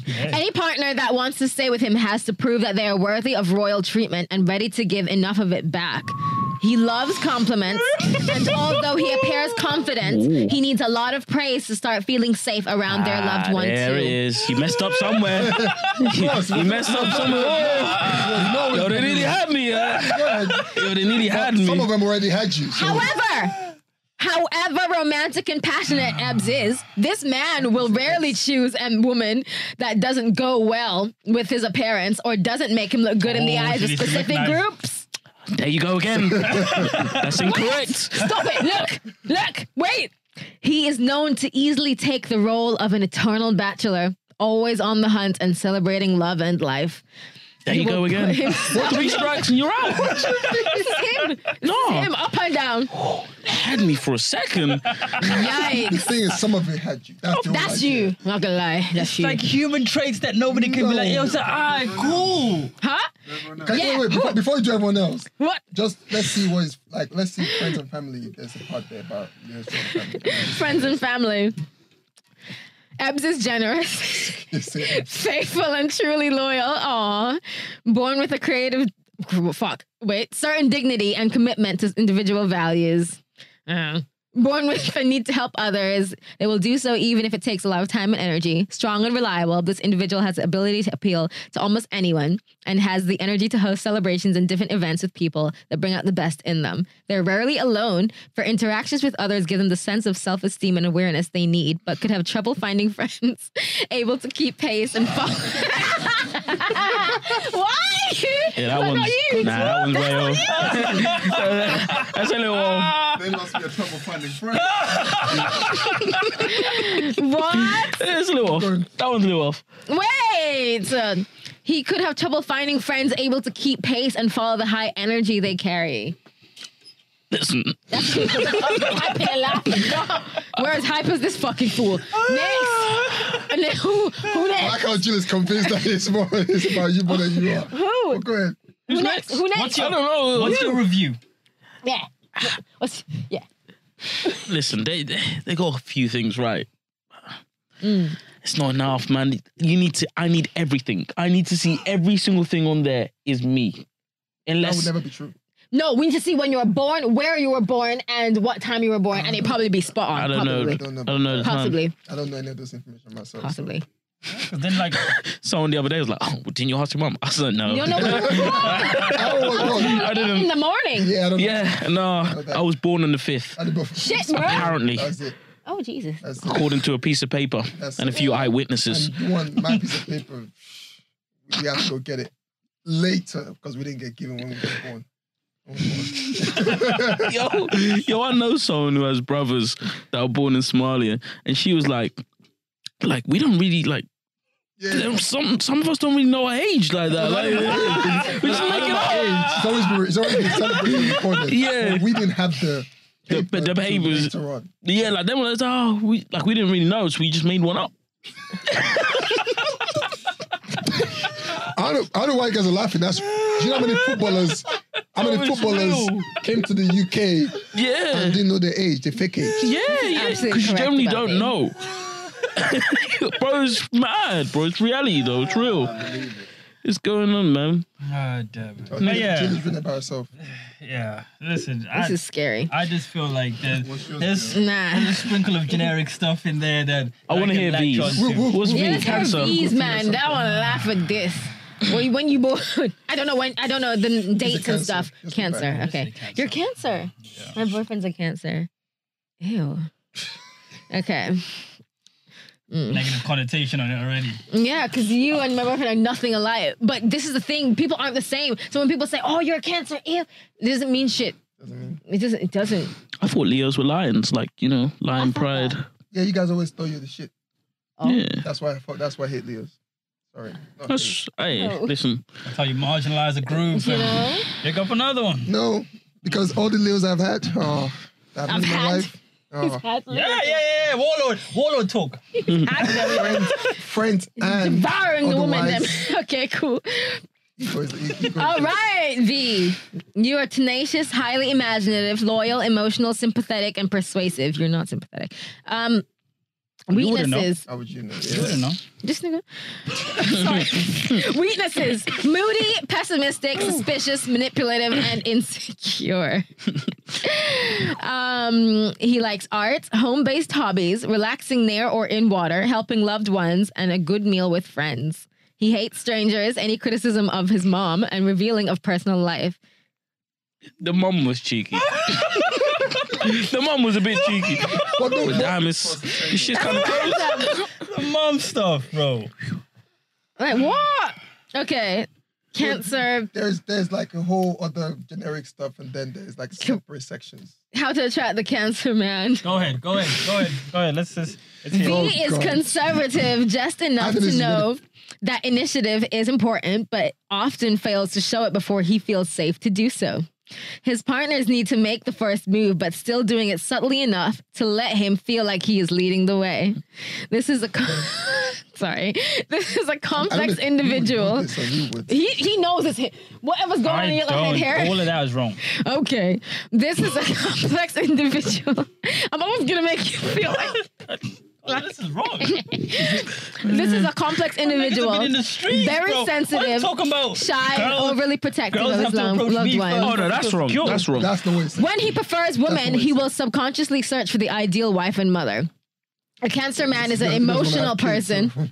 Any partner that wants to stay with him has to prove that they are worthy of royal treatment and ready to give enough of it back. He loves compliments,
[laughs]
and although he appears confident,
Ooh.
he needs a lot of praise to start feeling safe around their loved one
Ah, there
too.
it is. He messed
[laughs]
up somewhere. he, he messed up somewhere. Oh, yo, they nearly had me. uh.
Yeah,
Yo, they nearly had
some of
me.
them already had you. So.
However, however romantic and passionate Ebbs is, this man will rarely choose a woman that doesn't go well with his appearance or doesn't make him look good in the
Oh,
eyes of
did he
specific
recognize-
groups.
There you go again. That's incorrect.
Stop it. Look, look, wait. He is known to easily take the role of an eternal bachelor, always on the hunt and celebrating love and life.
There you go again. Three strikes and you're out.
this is him. This
No.
is him up and down.
Had me for a second.
The
Yikes.
thing is, some of it had you. That's, the whole
That's
idea.
you. not gonna lie. That's you.
Like human traits that nobody can be like, yo, it's like, ah, cool.
huh?
Can-
Yeah,
wait, wait, before, before you do everyone else,
What?
just let's see what is like. Let's see friends and family. There's a part there about Leo's friends and family. [laughs]
friends and family. Ebbs is generous, [laughs]
It's, uh,
faithful, and truly loyal. Aw. Born with a creative, fuck, wait, certain dignity and commitment to individual values. Uh, Born with a need to help others, they will do so even if it takes a lot of time and energy. Strong and reliable, this individual has the ability to appeal to almost anyone and has the energy to host celebrations and different events with people that bring out the best in them. They're rarely alone, for interactions with others give them the sense of self esteem and awareness they need, but could have trouble finding [laughs] friends able to keep pace and follow. [laughs] Why?
Yeah,
Why
that one's
not you?
[laughs] Nah, that one's way off. That's a little off.
They must be a trouble finding
[laughs]
friends.
What?
It's a little off. That one's a little off.
Wait! He could have trouble finding friends able to keep pace and follow the high energy they carry.
Listen, [laughs]
Hyper laughing. Where is hyper is this fucking fool? Next!
[laughs]
And then who, who
I like
next?
how Jill is convinced that it's more it's about you more than you
[laughs]
are.
Who?
But go ahead.
Who next? Who
what's
next?
I don't know.
What's [laughs] your review?
Yeah. What's, yeah.
listen, they, they they got a few things right. It's not enough, man. You need to. I need everything. I need to see every single thing on there is me.
That would
Unless
never be true.
No, we need to see when you were born, where you were born, and what time you were born, and it'd probably be spot on.
I don't know.
probably.
I don't know. the time.
Possibly.
I don't know any of this information myself. so-
Possibly.
Because
[laughs]
then, like,
Someone the other day was like, "Oh, well, didn't you ask your mum?" I said, "No."
You don't know when you were born?
Oh, well,
[laughs]
well,
[laughs] I
In
didn't.
the morning.
yeah, I don't
[laughs] Yeah, no. I was born on the fifth,
know. I don't
Shit, bro.
apparently,
That's it.
Oh, Jesus.
That's it.
according to a piece of paper
That's
and a
it.
few eyewitnesses.
And one, my piece of paper, we have to go get it later because we didn't get given when we were born. Oh, When we were born.
yo, yo, I know someone who has brothers that were born in Somalia, and she was like, like we don't really like.
[laughs] Yeah.
Some some of us don't really know our age like that. Like, we just make it up.
It's always been, it's already been celebrated and recorded.
Yeah.
But we didn't have the
The-
paper
the
to
papers.
later on.
Yeah, like they were like, oh, we like we didn't really know, so we just made one up.
I don't, I don't know why you guys are laughing. That's do you know how many footballers, how many
That was
footballers
real.
came to the UK
Yeah,
and didn't know their age, their fake age.
yeah, yeah,
Oh, absolutely
because you
correct
generally
about
don't
me.
know. [laughs] bro, it's mad, bro. It's reality, though. It's real. It's going on, man.
Ah, damn it.
Jill-
But yeah,
Jill is written about herself.
yeah. Listen,
This
I,
is scary.
I just feel like there's,
What's yours,
[laughs]
there's
Nah.
a sprinkle of generic stuff in there that
I want to
can
hear
latch
V's.
onto.
Woo, woo.
What's
Yeah,
V?
let's hear
Cancer.
V's, man. That one laugh at this. When you, when you born, [laughs] I don't know when. I don't know the dates and
cancer.
stuff.
Just
Cancer.
back.
Okay,
Just say
you're cancer.
Yeah.
My boyfriend's a cancer. Ew. [laughs] Okay. Mm.
Negative connotation on it already.
Yeah, because you and my boyfriend are nothing alike. But this is the thing: people aren't the same. So when people say, "Oh, you're a cancer," ew, it doesn't mean shit.
Doesn't mean.
It doesn't. It doesn't.
I thought Leos were lions, like you know, lion pride.
Yeah, you guys always throw you the shit.
Oh.
Yeah,
That's why I thought, that's why I hate Leos.
[laughs]
Sorry. Not hate.
that's hey.
No.
Listen,
That's how you marginalize a
[laughs]
group
You
and
know.
pick up another one.
No, because all the Leos I've had, oh, that I've
I've
been in my
had.
life. Oh,
Yeah, yeah, yeah, yeah. Warlord, warlord talk.
friends,
[laughs]
friends and
Devouring the woman. Then.
Otherwise-
[laughs] okay, cool.
ego is the ego.
All right, V. You are tenacious, highly imaginative, loyal, emotional, sympathetic, and persuasive. You're not sympathetic. Um,
You wouldn't know.
weaknesses.
How would you know?
You wouldn't know.
Just nigga. [laughs] Sorry. weaknesses. Moody, pessimistic, suspicious, manipulative, and insecure. [laughs] um, he likes art, home-based hobbies, relaxing near or in water, helping loved ones, and a good meal with friends. He hates strangers, any criticism of his mom, and revealing of personal life.
the mum was cheeky. the mum was a bit cheeky.
But no,
But
but-
damn, it's this shit's kind of close.
The mom stuff, bro.
Like what? Okay. Cancer,
there's there's like a whole other generic stuff, and then there's like separate sections.
how to attract the cancer man.
Go ahead, go ahead, go ahead, go ahead. Let's just. Let's hear.
V
it.
Oh,
is
God.
conservative just
I
enough to
think this is
know that initiative is important, but often fails to show it before he feels safe to do so. His partners need to make the first move, but still doing it subtly enough to let him feel like he is leading the way. This is a co- [laughs] sorry. This is a
I don't
complex
know if you would do
individual.
this or you would.
He he knows it's him. Whatever's going on in your head hair.
All of that is wrong.
Okay. This is a [laughs] complex individual. I'm almost gonna make you feel like
Oh, this is wrong.
This is a complex
Individual.
individual.
in the streets,
Very
bro. What are you
sensitive,
talking about?
shy,
Girls-
overly protective of
girls have
his
to
lo-
approach
loved
me
Oh
first.
one.
no, that's wrong.
Yo.
That's wrong.
That's the way. It's
When he prefers women,
what
he
it
will subconsciously search for the ideal wife and mother. A cancer man is an
Yeah, he doesn't wanna
emotional
have kids,
person
so-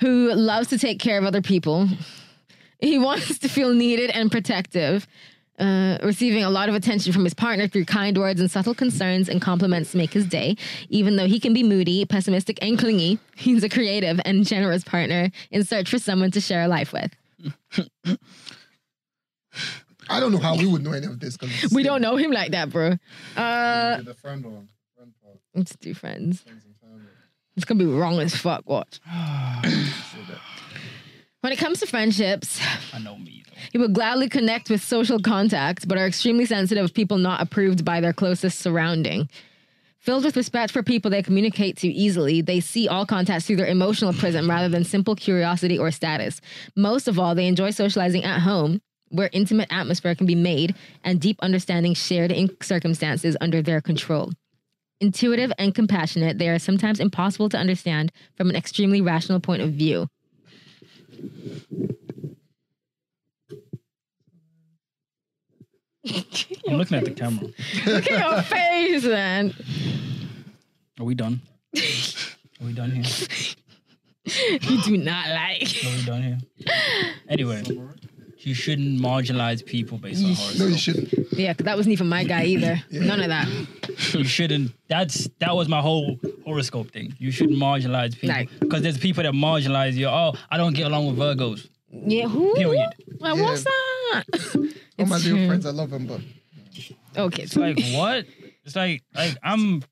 who loves to take care of other people. He [laughs] wants to feel needed and protective, uh, receiving a lot of attention from his partner through kind words and subtle concerns and compliments make his day. Even though he can be moody, pessimistic, and clingy, [laughs] he's a creative and generous partner in search for someone to share a life with.
I don't know how we would know any of this because
We don't know him like that, bro. Uh,
the friend one. Friend part,
let's do friends.
friends and family.
It's gonna be wrong as fuck. Watch. When it comes to friendships,
I know me though.
He will gladly connect with social contact, but are extremely sensitive of people not approved by their closest surrounding. Filled with respect for people they communicate to easily, they see all contacts through their emotional prism rather than simple curiosity or status. Most of all, they enjoy socializing at home, where intimate atmosphere can be made and deep understanding shared in circumstances under their control. Intuitive and compassionate, they are sometimes impossible to understand from an extremely rational point of view.
I'm looking at the camera.
Look at your face, man.
Are we done? Are we done here?
[laughs] You do not like.
Are we done here? Anyway, you shouldn't marginalize people based on horoscope.
No, you shouldn't.
Yeah, 'cause that wasn't even my guy either. None of that.
you shouldn't that's that was my whole horoscope thing you shouldn't marginalize people
Like-
because there's people that marginalize you oh i don't get along with virgos
Yeah, who?
Period.
Like,
Yeah.
What's that?
All my
It's
little
true.
friends, I love them, but
Okay.
it's like what it's like like i'm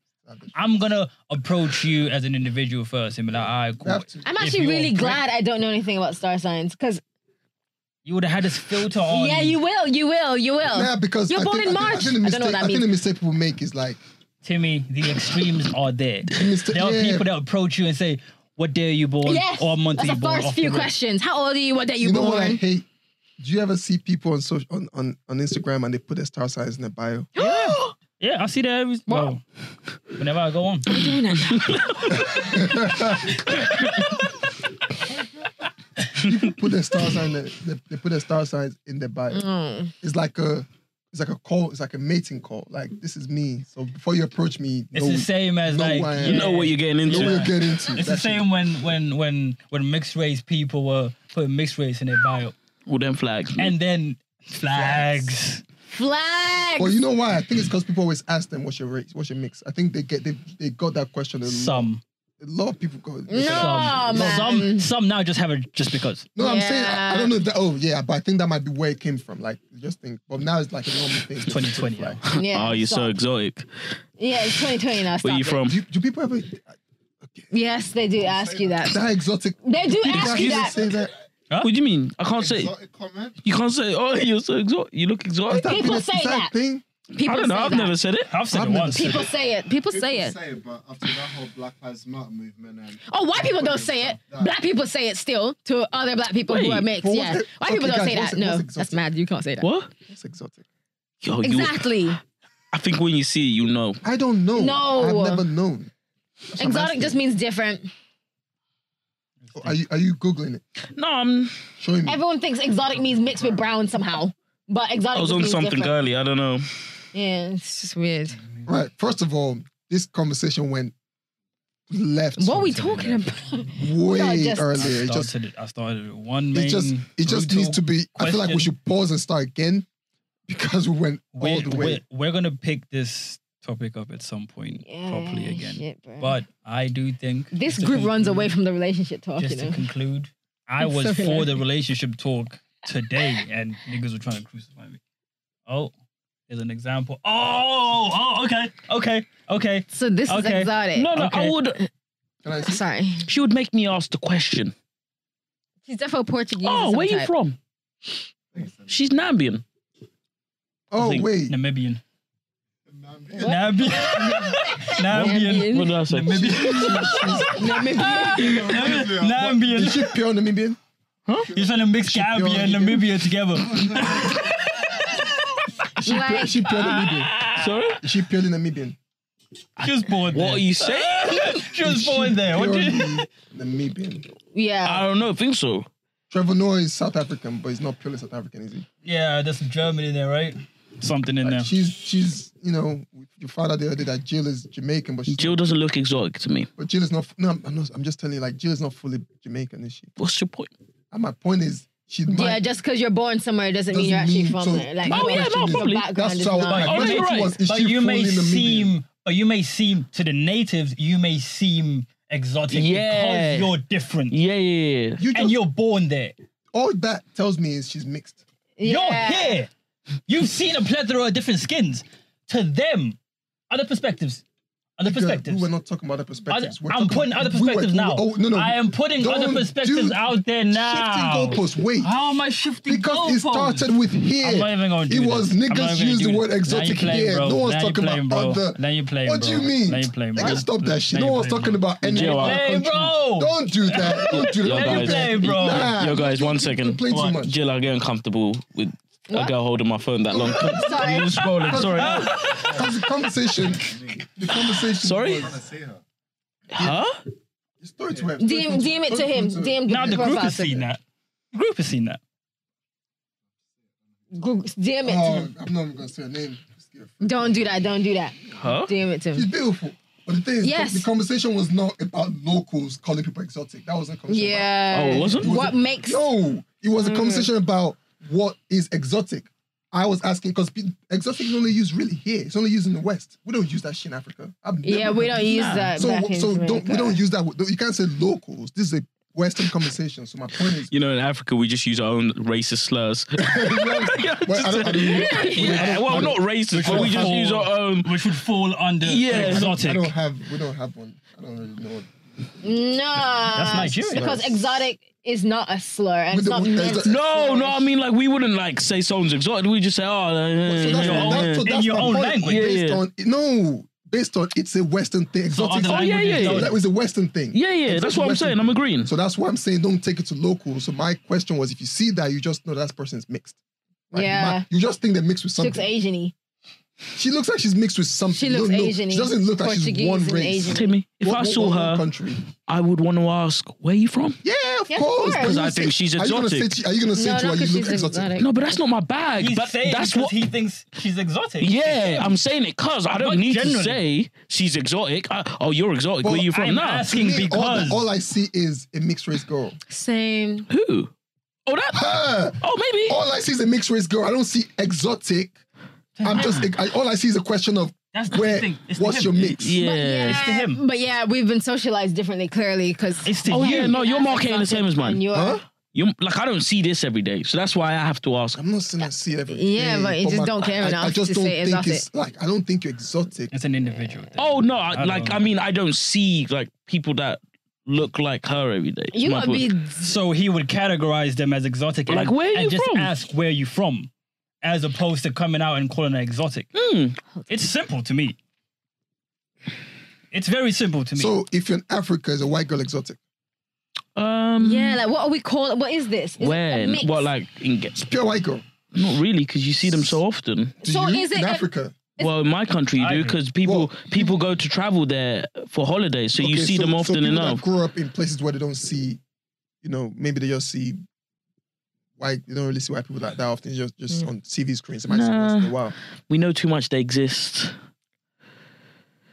i'm gonna approach you as an individual first and be like all right
we
cool
have to.
I'm
If
actually
you're
really
a prick-
glad I don't know anything about star signs because
You would have had this filter on.
Yeah, you will. You will. You will.
Yeah, because
Oh. you're
I
born
think,
in
I think-
March.
I think,
I
the
don't
mistake,
know what that
I think
means.
the mistake people make is like,
Timmy, the extremes are
[laughs]
there.
mistake-
there are
yeah.
people that approach you and say, "What day are you born?
Yes.
Or month
That's
are you
the
born?"
first
Off
few
the rip.
questions. How old are you? What day are you,
you know
born?
what I hate? Do you ever see people on social on, on, on Instagram and they put their star signs in their bio?
[gasps]
Yeah, I see that every. Well, whenever I go on.
Put their star sign. in their- They, they put their star signs in their bio.
Mm.
It's like a it's like a call. It's like a mating call. Like this is me. So before you approach me,
It's
know-
the same as
know
like
who I am.
yeah.
You know what you're getting
know
into.
what you get into.
It's the
That shit.
same when when when when mixed race people were putting mixed race in their bio,
All them flags. man.
and then flags.
Flag.
Well, you know why? I think it's
Mm.
because people always ask them, "What's your race? What's your mix?" I think they get they they got that question. A lot,
Some,
a lot of people go.
No,
some,
man.
some, some now just have it just because.
No, I'm saying I, I
Yeah.
don't know if that. Oh yeah, but I think that might be where it came from. Like you just think, but now it's like a normal thing.
2020
Like,
Yeah,
oh, you're so
stop.
exotic.
Yeah, it's 2020 now.
Where
stop
you
it.
from?
do, do people ever
Yes, they do ask you that.
that exotic?
They do
Did
ask
you
you that.
say that?
What do you mean? I can't say.
Exotic comment?
You can't say. Oh, you're so exotic. You look
Is
exotic.
that
People
is
say that.
thing.
People
I don't know.
say
I've
that.
never said it.
I've said
I've
it
never
once.
said
People say it. People
People
say it.
but after that whole Black Lives Matter movement and
Oh, white people don't say it. Black people say it still to other black people who
Wait,
are mixed.
but
Yeah,
what's the-
white people
okay,
don't
guys,
say
what's
that.
the-
No,
what's the
that's mad. You can't say that.
What?
It's exotic.
Yo,
[laughs]
you.
Exactly.
I think when you see it, you know.
I don't know.
No.
I've never known. That's what I'm
Exotic
asking.
just means different.
Are you are you googling it?
No, I'm.
Showing me.
Everyone thinks exotic means mixed with brown somehow, but exotic.
I was
just
on
means
something
different.
early. I don't know.
Yeah, it's just weird.
Right. First of all, this conversation went left.
What are we talking about?
[laughs]
No,
way
just-
earlier.
I
It just
started it. I started it. One main.
it just it just
brutal
needs to be. I feel like we
question.
should pause and start again because we went all
We're,
the
we're,
way.
we're gonna pick this topic up at some point properly
Yeah,
again.
shit, bro.
But I do think
this
just to
group runs
conclude-
away from the relationship talk, you
Just to
know.
conclude, I
It's
was
so
for the
hilarious.
relationship talk today, and niggas were trying to crucify me. Oh, there's an example. Oh, oh, okay, okay, okay.
So this is
Okay.
exotic.
No, no. I
Okay.
would.
Can I see?
Sorry,
She would make me ask the question.
she's definitely Portuguese. or
Oh,
some
where you
type.
from? She's Nambian.
Oh
think-
wait,
Namibian.
Namibian.
Namibian. Namibian.
What did I say?
Namibian.
is
Namibian.
she pure Namibian?
[laughs] You're trying to mix Gambia and Namibia together.
Like,
Is she pure Namibian?
Sorry.
Is she purely Namibian?
She was born there.
What are you saying?
She was born there. What
Purely
did
Namibian.
I
yeah,
don't know. [laughs] I think so.
Trevor Noah is South African, but he's not purely South African, is he?
Yeah, there's some German in there, right? Something in there.
She's she's you know you found out the other day that Jill is Jamaican, but she's
Jill doesn't look exotic to me.
but Jill is not. No, I'm not. I'm just telling you, like Jill is not fully Jamaican, is she?
What's your point?
And my point is, she might.
yeah. Just because you're born somewhere doesn't mean you're
Doesn't
actually
mean-
from
so-
there. Like,
Oh,
your
yeah, no,
origin, your
probably.
background
That's
is
how-
not.
like,
Oh,
my
no, you're
question
right.
was, is
but
she
you may
fully Namibian?
seem, but you may seem to the natives, you may seem exotic
Yeah.
because you're different
Yeah, yeah, yeah.
You
and
just,
you're born there.
all that tells me is she's mixed.
Yeah.
You're here. You've seen a plethora of different skins. To them, other perspectives, other
Girl,
perspectives.
we were not talking about other perspectives.
Other-
We're
I'm
talking
putting
about-
other
we were-
perspectives
we were-
now.
Oh, no, no.
I am putting other
Don't
perspectives
do-
out there now.
Shifting goalposts. Wait.
How am I shifting
Because it
goalposts? [laughs]
started with here.
I'm not even going to do
It was
this. I'm not even
niggas
gonna
used
do
the
this.
word
Now you
exotic
playing,
here.
bro.
No one's
Now you
talking
playing,
about
bro.
other.
Now you playing,
What do you
bro.
mean?
Now you playing,
Nigga,
bro.
stop that shit.
Now
No
you
one's
playing,
talking
bro.
about any
Jail.
other
Hey,
country.
bro.
Don't do
[laughs]
that. Don't do that.
Let me
Don't do
play,
that.
bro.
Nah,
Yo, guys, one
you
second.
play too
What?
much.
Jill, I get uncomfortable with
What?
a girl holding my phone that long.
Sorry.
I'm just scrolling.
[laughs]
Sorry.
Because the conversation, the conversation.
Sorry?
Trying to say her.
[laughs] Huh?
Story to her.
DM, DM it to him. DM
Now the group
profile
has seen that. The group has seen that.
Group- DM it to
Oh,
him.
I'm not even gonna say her name. Oh.
Don't do that. Don't do that.
Huh?
DM it to
She's
him.
beautiful. But the thing is,
Yes.
the conversation was not about locals calling people exotic. That wasn't a conversation. about-
Yeah. Mm.
Oh, it wasn't?
What makes?
No, it was a conversation about what is exotic. I was asking because exotic is only used really here. It's only used in the West. We don't use that shit in Africa. I've
Yeah,
never-
we don't use that.
So,
back in
so don't we
Jamaica.
don't use that. word. You can't say locals. This is a Western conversation. So my point is,
[laughs] You know, in Africa, we just use our own racist slurs.
[laughs] well, I don't, I don't,
[laughs] yeah, [laughs] well, not racist, but we just
Or-
use our own.
which would fall under
Yeah.
I
exotic.
don't have. We don't have one. I don't really know.
No.
That's Nigerian.
Because exotic is not a slur and
With
it's
the-
not
with the-
meant to
No, no,
flourish.
I mean like we wouldn't like say someone's exotic. We just say, oh, uh,
So
yeah,
that's,
yeah,
that's,
yeah.
so that's
your
my
own
point.
language.
Yeah,
Mm, Based
yeah.
on no, based on it's a Western thing.
So
Exotic.
other
Oh, yeah,
languages
yeah,
So
don't-
yeah.
that was a Western thing.
yeah, yeah. That's what I'm saying. I'm agreeing.
So that's why I'm saying don't take it to local. So my question was, if you see that, you just know that person is mixed. Right?
Yeah.
Ma- You just think they're mixed with
She looks
something.
Asian-y.
she looks like she's mixed with something.
She looks
No, no,
Asian-y.
She doesn't look like she's
Portuguese
one
and
race.
Asian.
Timmy, if
What-
I
what-
saw
what
her,
country.
I would want to ask, where you from?
Yeah, of
Yeah, of
course.
course.
But
Because
you
I
say-
think she's
Are you gonna say,
exotic.
to- are you gonna
No,
say to her
not
you
because
look
she's
exotic?
exotic.
No, but that's not my bag.
He's
but
saying
that's
because
what.
he thinks she's exotic.
yeah, I'm saying it because I don't
Not
need to
generally.
say she's exotic. I, oh, you're exotic. Where
Well,
you from?
I'm
Nah.
asking
Me, all that-
because
all, I see is a mixed race girl.
Same.
Who? Oh, that.
Her.
Oh, maybe.
All I see is a mixed race girl. I don't see exotic. I'm just I, all I see is a question of
that's the
where.
thing. It's to
What's
him.
your mix?
Yeah.
But yeah,
It's to him.
But yeah, we've been socialized differently, clearly, because
It's to
Oh,
you.
yeah. No, your marketing the same as mine.
You're,
Huh?
You like I don't see this every day, so that's why I have to ask.
I'm not saying I see it every day.
Yeah, but you just
my-
don't care
I, I
enough
just
to
don't
say
think it's like I don't think you're exotic.
It's an individual. Thing.
Oh no, I,
I
like
don't
I mean I don't see like people that look like her every day.
You
My
gotta
point.
be.
So he would categorize them as exotic. And,
Like, where you
and just
from?
ask where you from, as opposed to coming out and calling her exotic.
Hmm.
It's simple to me. It's very simple to me.
So if you're in Africa, is a white girl exotic?
Um,
Yeah, like what are we call? What is this? Is it a
when?
mix?
What, like, in, Ga-
Pure white girl.
not really, because you see them so often.
Do
So
you
is it
in
a-
Africa?
Well, in my country, you
I
do,
agree.
because people
Well-
people go to travel there for holidays, so you
Okay,
see
so-
them
so
often
people
enough.
That grow up in places where they don't see, you know, maybe they just see white. They don't really see white people that, that often. Just
Mm.
just on TV screens, they might see once in a
Nah.
while.
We know too much they exist.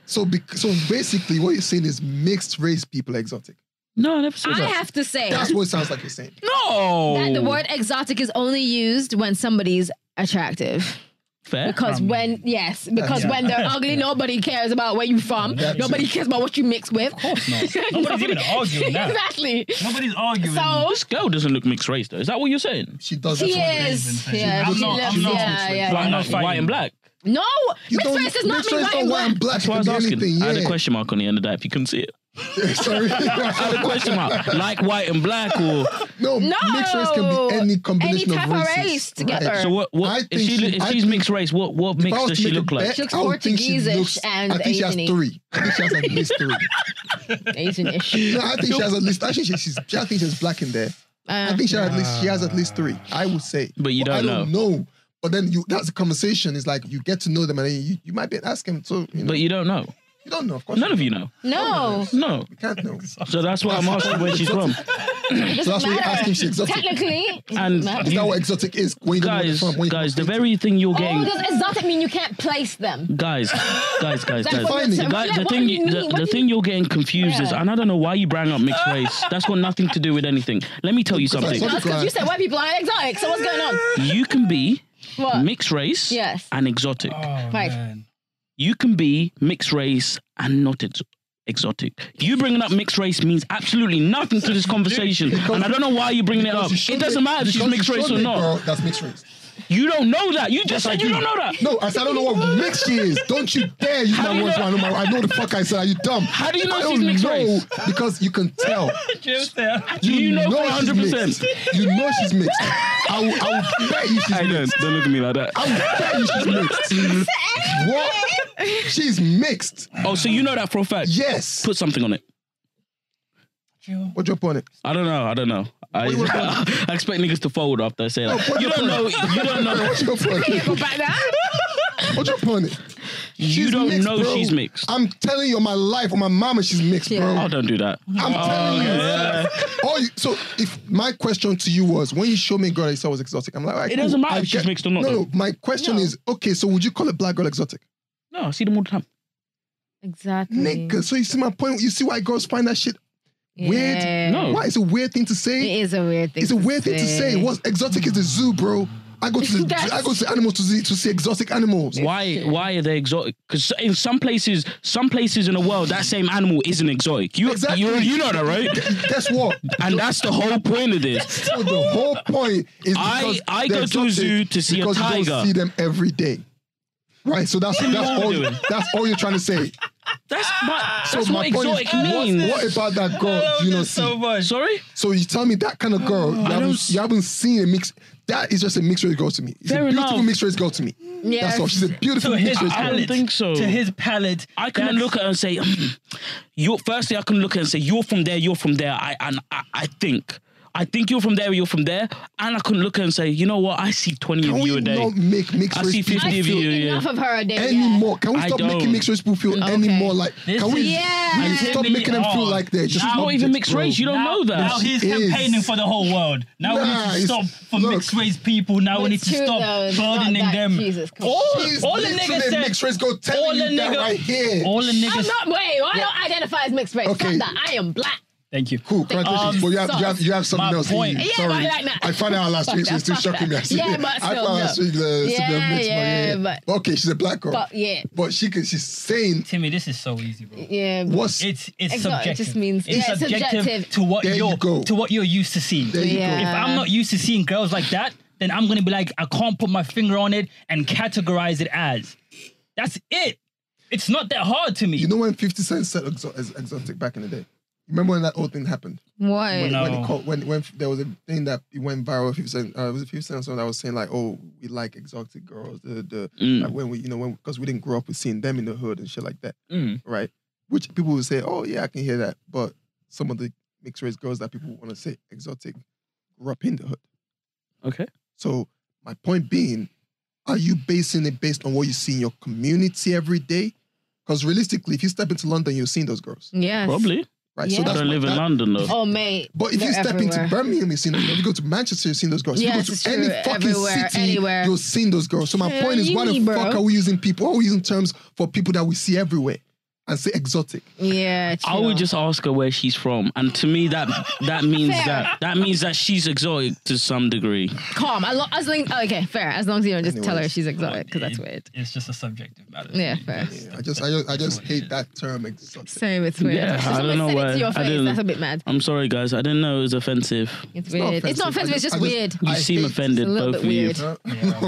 So bec- so basically, what you're saying is mixed race people are exotic.
No, I never said
I
that.
have to say
That's what it sounds like you're saying.
no.
that the word exotic is only used when somebody's attractive.
fair.
Because
Um,
when yes, because
yeah.
when they're ugly, nobody cares about where you're from.
That's
nobody
it.
cares about what you mix with. Of [laughs]
course not. Nobody's even arguing that.
exactly.
Nobody's arguing.
So
This girl doesn't look mixed race though. Is that what you're saying?
She does.
she
that's what it
is.
saying.
Yeah,
I'm
she
not-
lives-
I'm not-
yeah, yeah,
I'm
yeah.
not
Like,
fighting.
white and black.
No,
You
mixed
don't-
race does not
mixed
mean
race
white
don't
and
white
black.
and black.
That's why I
It
was
can be
asking.
anything,
I had a
yeah.
question mark on the end of that. If you couldn't see it,
[laughs] Sorry.
I had a question
[laughs]
mark. like white and black, or
No,
No.
mixed race can be any combination
Any type
of
of
races.
race together.
Right.
so what?
I
What if,
think
she, look-
she-
if
I
she's
think-
mixed race? What what
If I
mix
was
does
to
she
make a
look like?
bet,
She looks
I would think she
Portuguese-ish
looks-
and
I think she has
Asian-y.
three. I think she has at least
[laughs]
three.
Asian-ish.
No, I think she has at least. Actually, she- she's. I think she's black in there. I think she has at least. She has at least three. I would say.
But you don't
I don't know. But then you. That's a conversation. It's like you get to know them, and then you, you might be asking. So you, know,
But
you,
you don't know.
don't know. Of course,
None of you know.
no,
No.
you can't
[laughs]
know.
So that's why I'm asking
[laughs]
where she's from.
So that's why you ask if she's exotic.
technically.
And
Is
you-
that what exotic is? When you don't know where they're
guys,
from, when you
guys, the
don't know
very thing you're
Oh,
getting,
does exotic mean you can't place them?
guys, guys, guys,
That's
guys.
what
Finding.
you're
The
Guy-
saying.
the
What
thing,
do you
you,
mean?
the,
What
the
do
thing you're getting confused is,
Yeah.
and I don't know why you bring up mixed
[laughs]
race. That's got nothing to do with anything. Let me tell you something.
Because
Because you said white people aren't exotic, so what's going on?
You can be
What?
mixed race
Yes.
and exotic.
Oh,
Like-
man.
You can be mixed race and not ex- exotic. You bringing up mixed race means absolutely nothing to this conversation, and I don't know why you're bringing it up.
Because you showed
It doesn't
me-
matter if she's
because you
mixed race
showed
or
me,
not.
girl, that's mixed race.
You don't know that. You just said you don't know that.
No, I said I don't know what mixed she is. Don't you dare use
do
my
you
words.
know-
I know, my, I know the fuck I said. Are you dumb? How
do you know
I
she's
don't
mixed
know,
race?
Because you can tell.
Just there.
Do [laughs] you know for
she's
100%?
mixed. You know she's mixed. I will, I will bet you she's
Hey,
mixed.
don't, don't look at me like that.
I will bet you she's mixed. what? She's mixed.
Oh, so you know that for a fact?
Yes.
Put something on it.
What's your point?
I don't know. I don't know. I,
you wanna put
[laughs] I expect niggas to fold after I say that.
put
you
it on.
don't know. You don't know.
What's your point?
Go back down.
What's your point?
You don't know
bro.
she's mixed.
I'm telling you, on my life, on my mama, she's mixed,
Yeah.
bro.
Oh, don't do that.
I'm telling you. All you. So if my question to you was, when you show me a girl that you saw was exotic, I'm like, all right,
It
cool,
doesn't matter
I
if she's
get-
mixed or not,
No,
though.
no. My question
No.
is, okay, so would you call a black girl exotic?
No, I see them all the time.
[laughs] Exactly.
Nigga. So you see my point. You see why girls find that shit
Mm. Yeah.
weird.
No.
Why? It's a weird thing to
It
say.
is a weird thing.
It's a weird thing to say. What's exotic is the zoo, bro. I
[laughs]
go to the
That's-
I go to the animals to see to see exotic animals.
Why? Why are they exotic? Because in some places, some places in the world, that same animal isn't exotic. You,
Exactly.
you, you know that, right?
[laughs] Guess what?
And that's the whole point of this.
So
[laughs]
the whole point is
I-
because
I
they're
go to a
exotic
zoo to see a
because You
tiger.
don't see them every day, right? So that's that's
are we
all.
doing? [laughs]
That's all you're trying to say.
That's my,
So
that's
my
what
point is,
exotic
what-
means.
What, about that
I
girl?
love
do You know,
this so
see?
much.
Sorry,
so you tell me that kind of girl, you haven't,
don't-
you haven't seen a mix. That is just a mixed race girl to me. It's
Fair
a beautiful
enough.
mixed race girl to me. That's all. She's a beautiful
to his
mixed race
I
girl.
don't
palate.
think so.
To his palate.
I can
that's-
look at her and say, [clears throat] "You." Firstly, I can look at her and say, "You're from there. You're from there." I and I, I think. I think you're from there, you're from there, and I couldn't look at her and say, you know what, I see 20
Can
of you
we
a day.
not make mixed
I
race
see
people
50
I've
of
feel
you.
seen
yeah.
enough of her a day. yeah.
anymore? Can we
I
stop
don't.
making mixed race people feel any more like?
This
Can we?
is-
Yeah.
and stop
Timmy,
making them feel
oh,
like they're just
She's not even
objects,
mixed
bro.
race. You don't know that.
Now he's
It is.
campaigning for the whole world. Now we
Nah,
need to
it's-
stop for
look.
mixed race people. Now we need to
It's true,
stop
though. It's not
burdening
that-
them.
Jesus, come
all,
on.
She's
all the
literally
niggas
a
said.
mixed race girl
all
telling
the
you that
nigga-
right here.
All the
I'm
niggas.
not. Wait, I don't identify as mixed race.
Okay.
Fuck that. I am black.
Thank you.
Cool, congratulations.
Um,
but you have, you have you have something
my
else. in
point-
you.
Yeah,
Sorry,
but like that.
I found out last week, so it's still shocking me. I
[laughs]
see-
Yeah, but
I
still,
found out last
no.
week the
Yeah,
yeah, mix,
yeah,
but yeah.
but-
okay, she's a black girl.
But yeah.
but she can. She's saying
Timmy, this is so easy, bro.
Yeah.
what's
It's it's
It's not-
subjective.
it just means-
it's
yeah, it's
subjective,
subjective.
to what
There you
you're
go.
to what you're used to seeing.
there you
Yeah.
go.
If I'm not used to seeing girls like that, then I'm gonna be like, I can't put my finger on it and categorize it as. That's it. It's not that hard to me.
You know when Fifty Cent said exo- as exotic back in the day. Remember when that whole thing happened?
Why?
When I-
When, it
No.
caught, when when there was a thing that it went viral. Fifty Cent uh, was it Fifty Cent or something that was saying like, "Oh, we like exotic girls." The, the
Hmm.
like when we you know when because we didn't grow up with seeing them in the hood and shit like that.
Mm.
right? Which people would say, oh yeah, I can hear that. But some of the mixed race girls that people want to say exotic grew up in the hood.
Okay.
So my point being, are you basing it based on what you see in your community every day? Because realistically, if you step into London, you're seeing those girls,
Yes.
Probably.
right?
Yeah.
I don't
my-
live in
that-
London though.
Oh mate.
But if
They're
you step
everywhere.
into Birmingham, you're seeing those girls. If you go to Manchester, you're seeing those girls.
Yeah,
if you
it's
go to any
true.
fucking
Everywhere,
city,
anywhere.
you're seeing those girls. So my
Yeah,
point is,
you
why the
mean, bro.
fuck are we using people? Why are we using terms for people that we see everywhere and say exotic?
Yeah.
I
chill.
would just ask her where she's from, and to me that that means
Fair.
that that means that she's exotic to some degree.
calm. I lo- as long okay, fair. As long as you don't just tell her
Anyways.
she's exotic, because that's
It-
weird.
It's just a subjective matter.
Yeah, fair.
I just, I just, I just
[laughs]
hate that term exotic.
Same, it's weird.
Yeah,
If
I
someone
don't know
said it
why-
to your
I
face,
didn't-
that's a bit mad.
I'm sorry, guys. I didn't know it was offensive.
It's
not
weird. It's not offensive. It's just,
I
weird.
You
I
seem
hate-
offended,
It's a little
both
bit
of you.
weird.
Huh? [laughs]
I don't
Oh.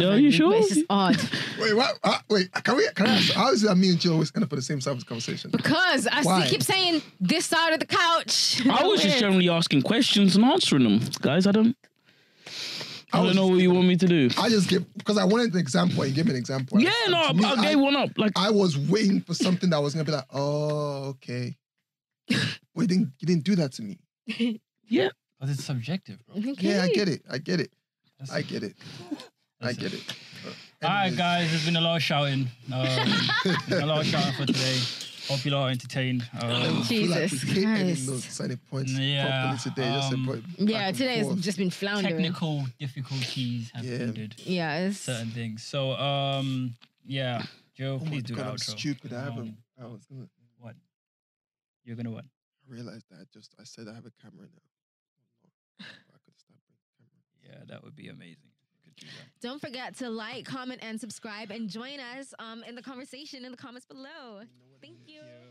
know,
No, you
but
sure?
It's just odd
wait, what? Uh, wait, can we? Can I ask, how is it that me and Jill always end up at the same side of the conversation?
because I
Why?
see, keep saying this side of the couch.
I
[laughs]
was just
Weird.
generally asking questions and answering them, guys. I don't. I,
I was
don't know
just
what you want me to do.
I just give because I wanted an example. and gave me an example.
yeah,
And
no, I,
to me,
I gave one up. Like,
I was waiting for something that was gonna be like, oh,
[laughs]
okay. Well, you didn't, you didn't do that to me.
yeah,
But it's subjective, bro.
Okay.
Yeah, I get it. I get it. I get it. I get it.
All right,
Anyways,
guys, there's been a lot
[laughs]
of shouting. Um, a lot of shouting for today. Hope you lot are entertained. Um,
I feel like we
Jesus
hit any
Christ.
notes, any points
Yeah,
properly today. just a
um,
point
Yeah,
back and
today has
forth.
just been floundering.
technical difficulties have
Yeah.
hindered
Yeah, it's
certain things. So, um, yeah, Joe,
Oh my
please do
god,
the
I'm
outro.
stupid. I haven't.
Um,
I was gonna.
What? You're gonna what?
I realized that I just I said I have a camera now. I could stop the
Yeah, that would be amazing. Could do that.
Don't forget to like, comment, and subscribe, and join us um, in the conversation in the comments below. Thank you.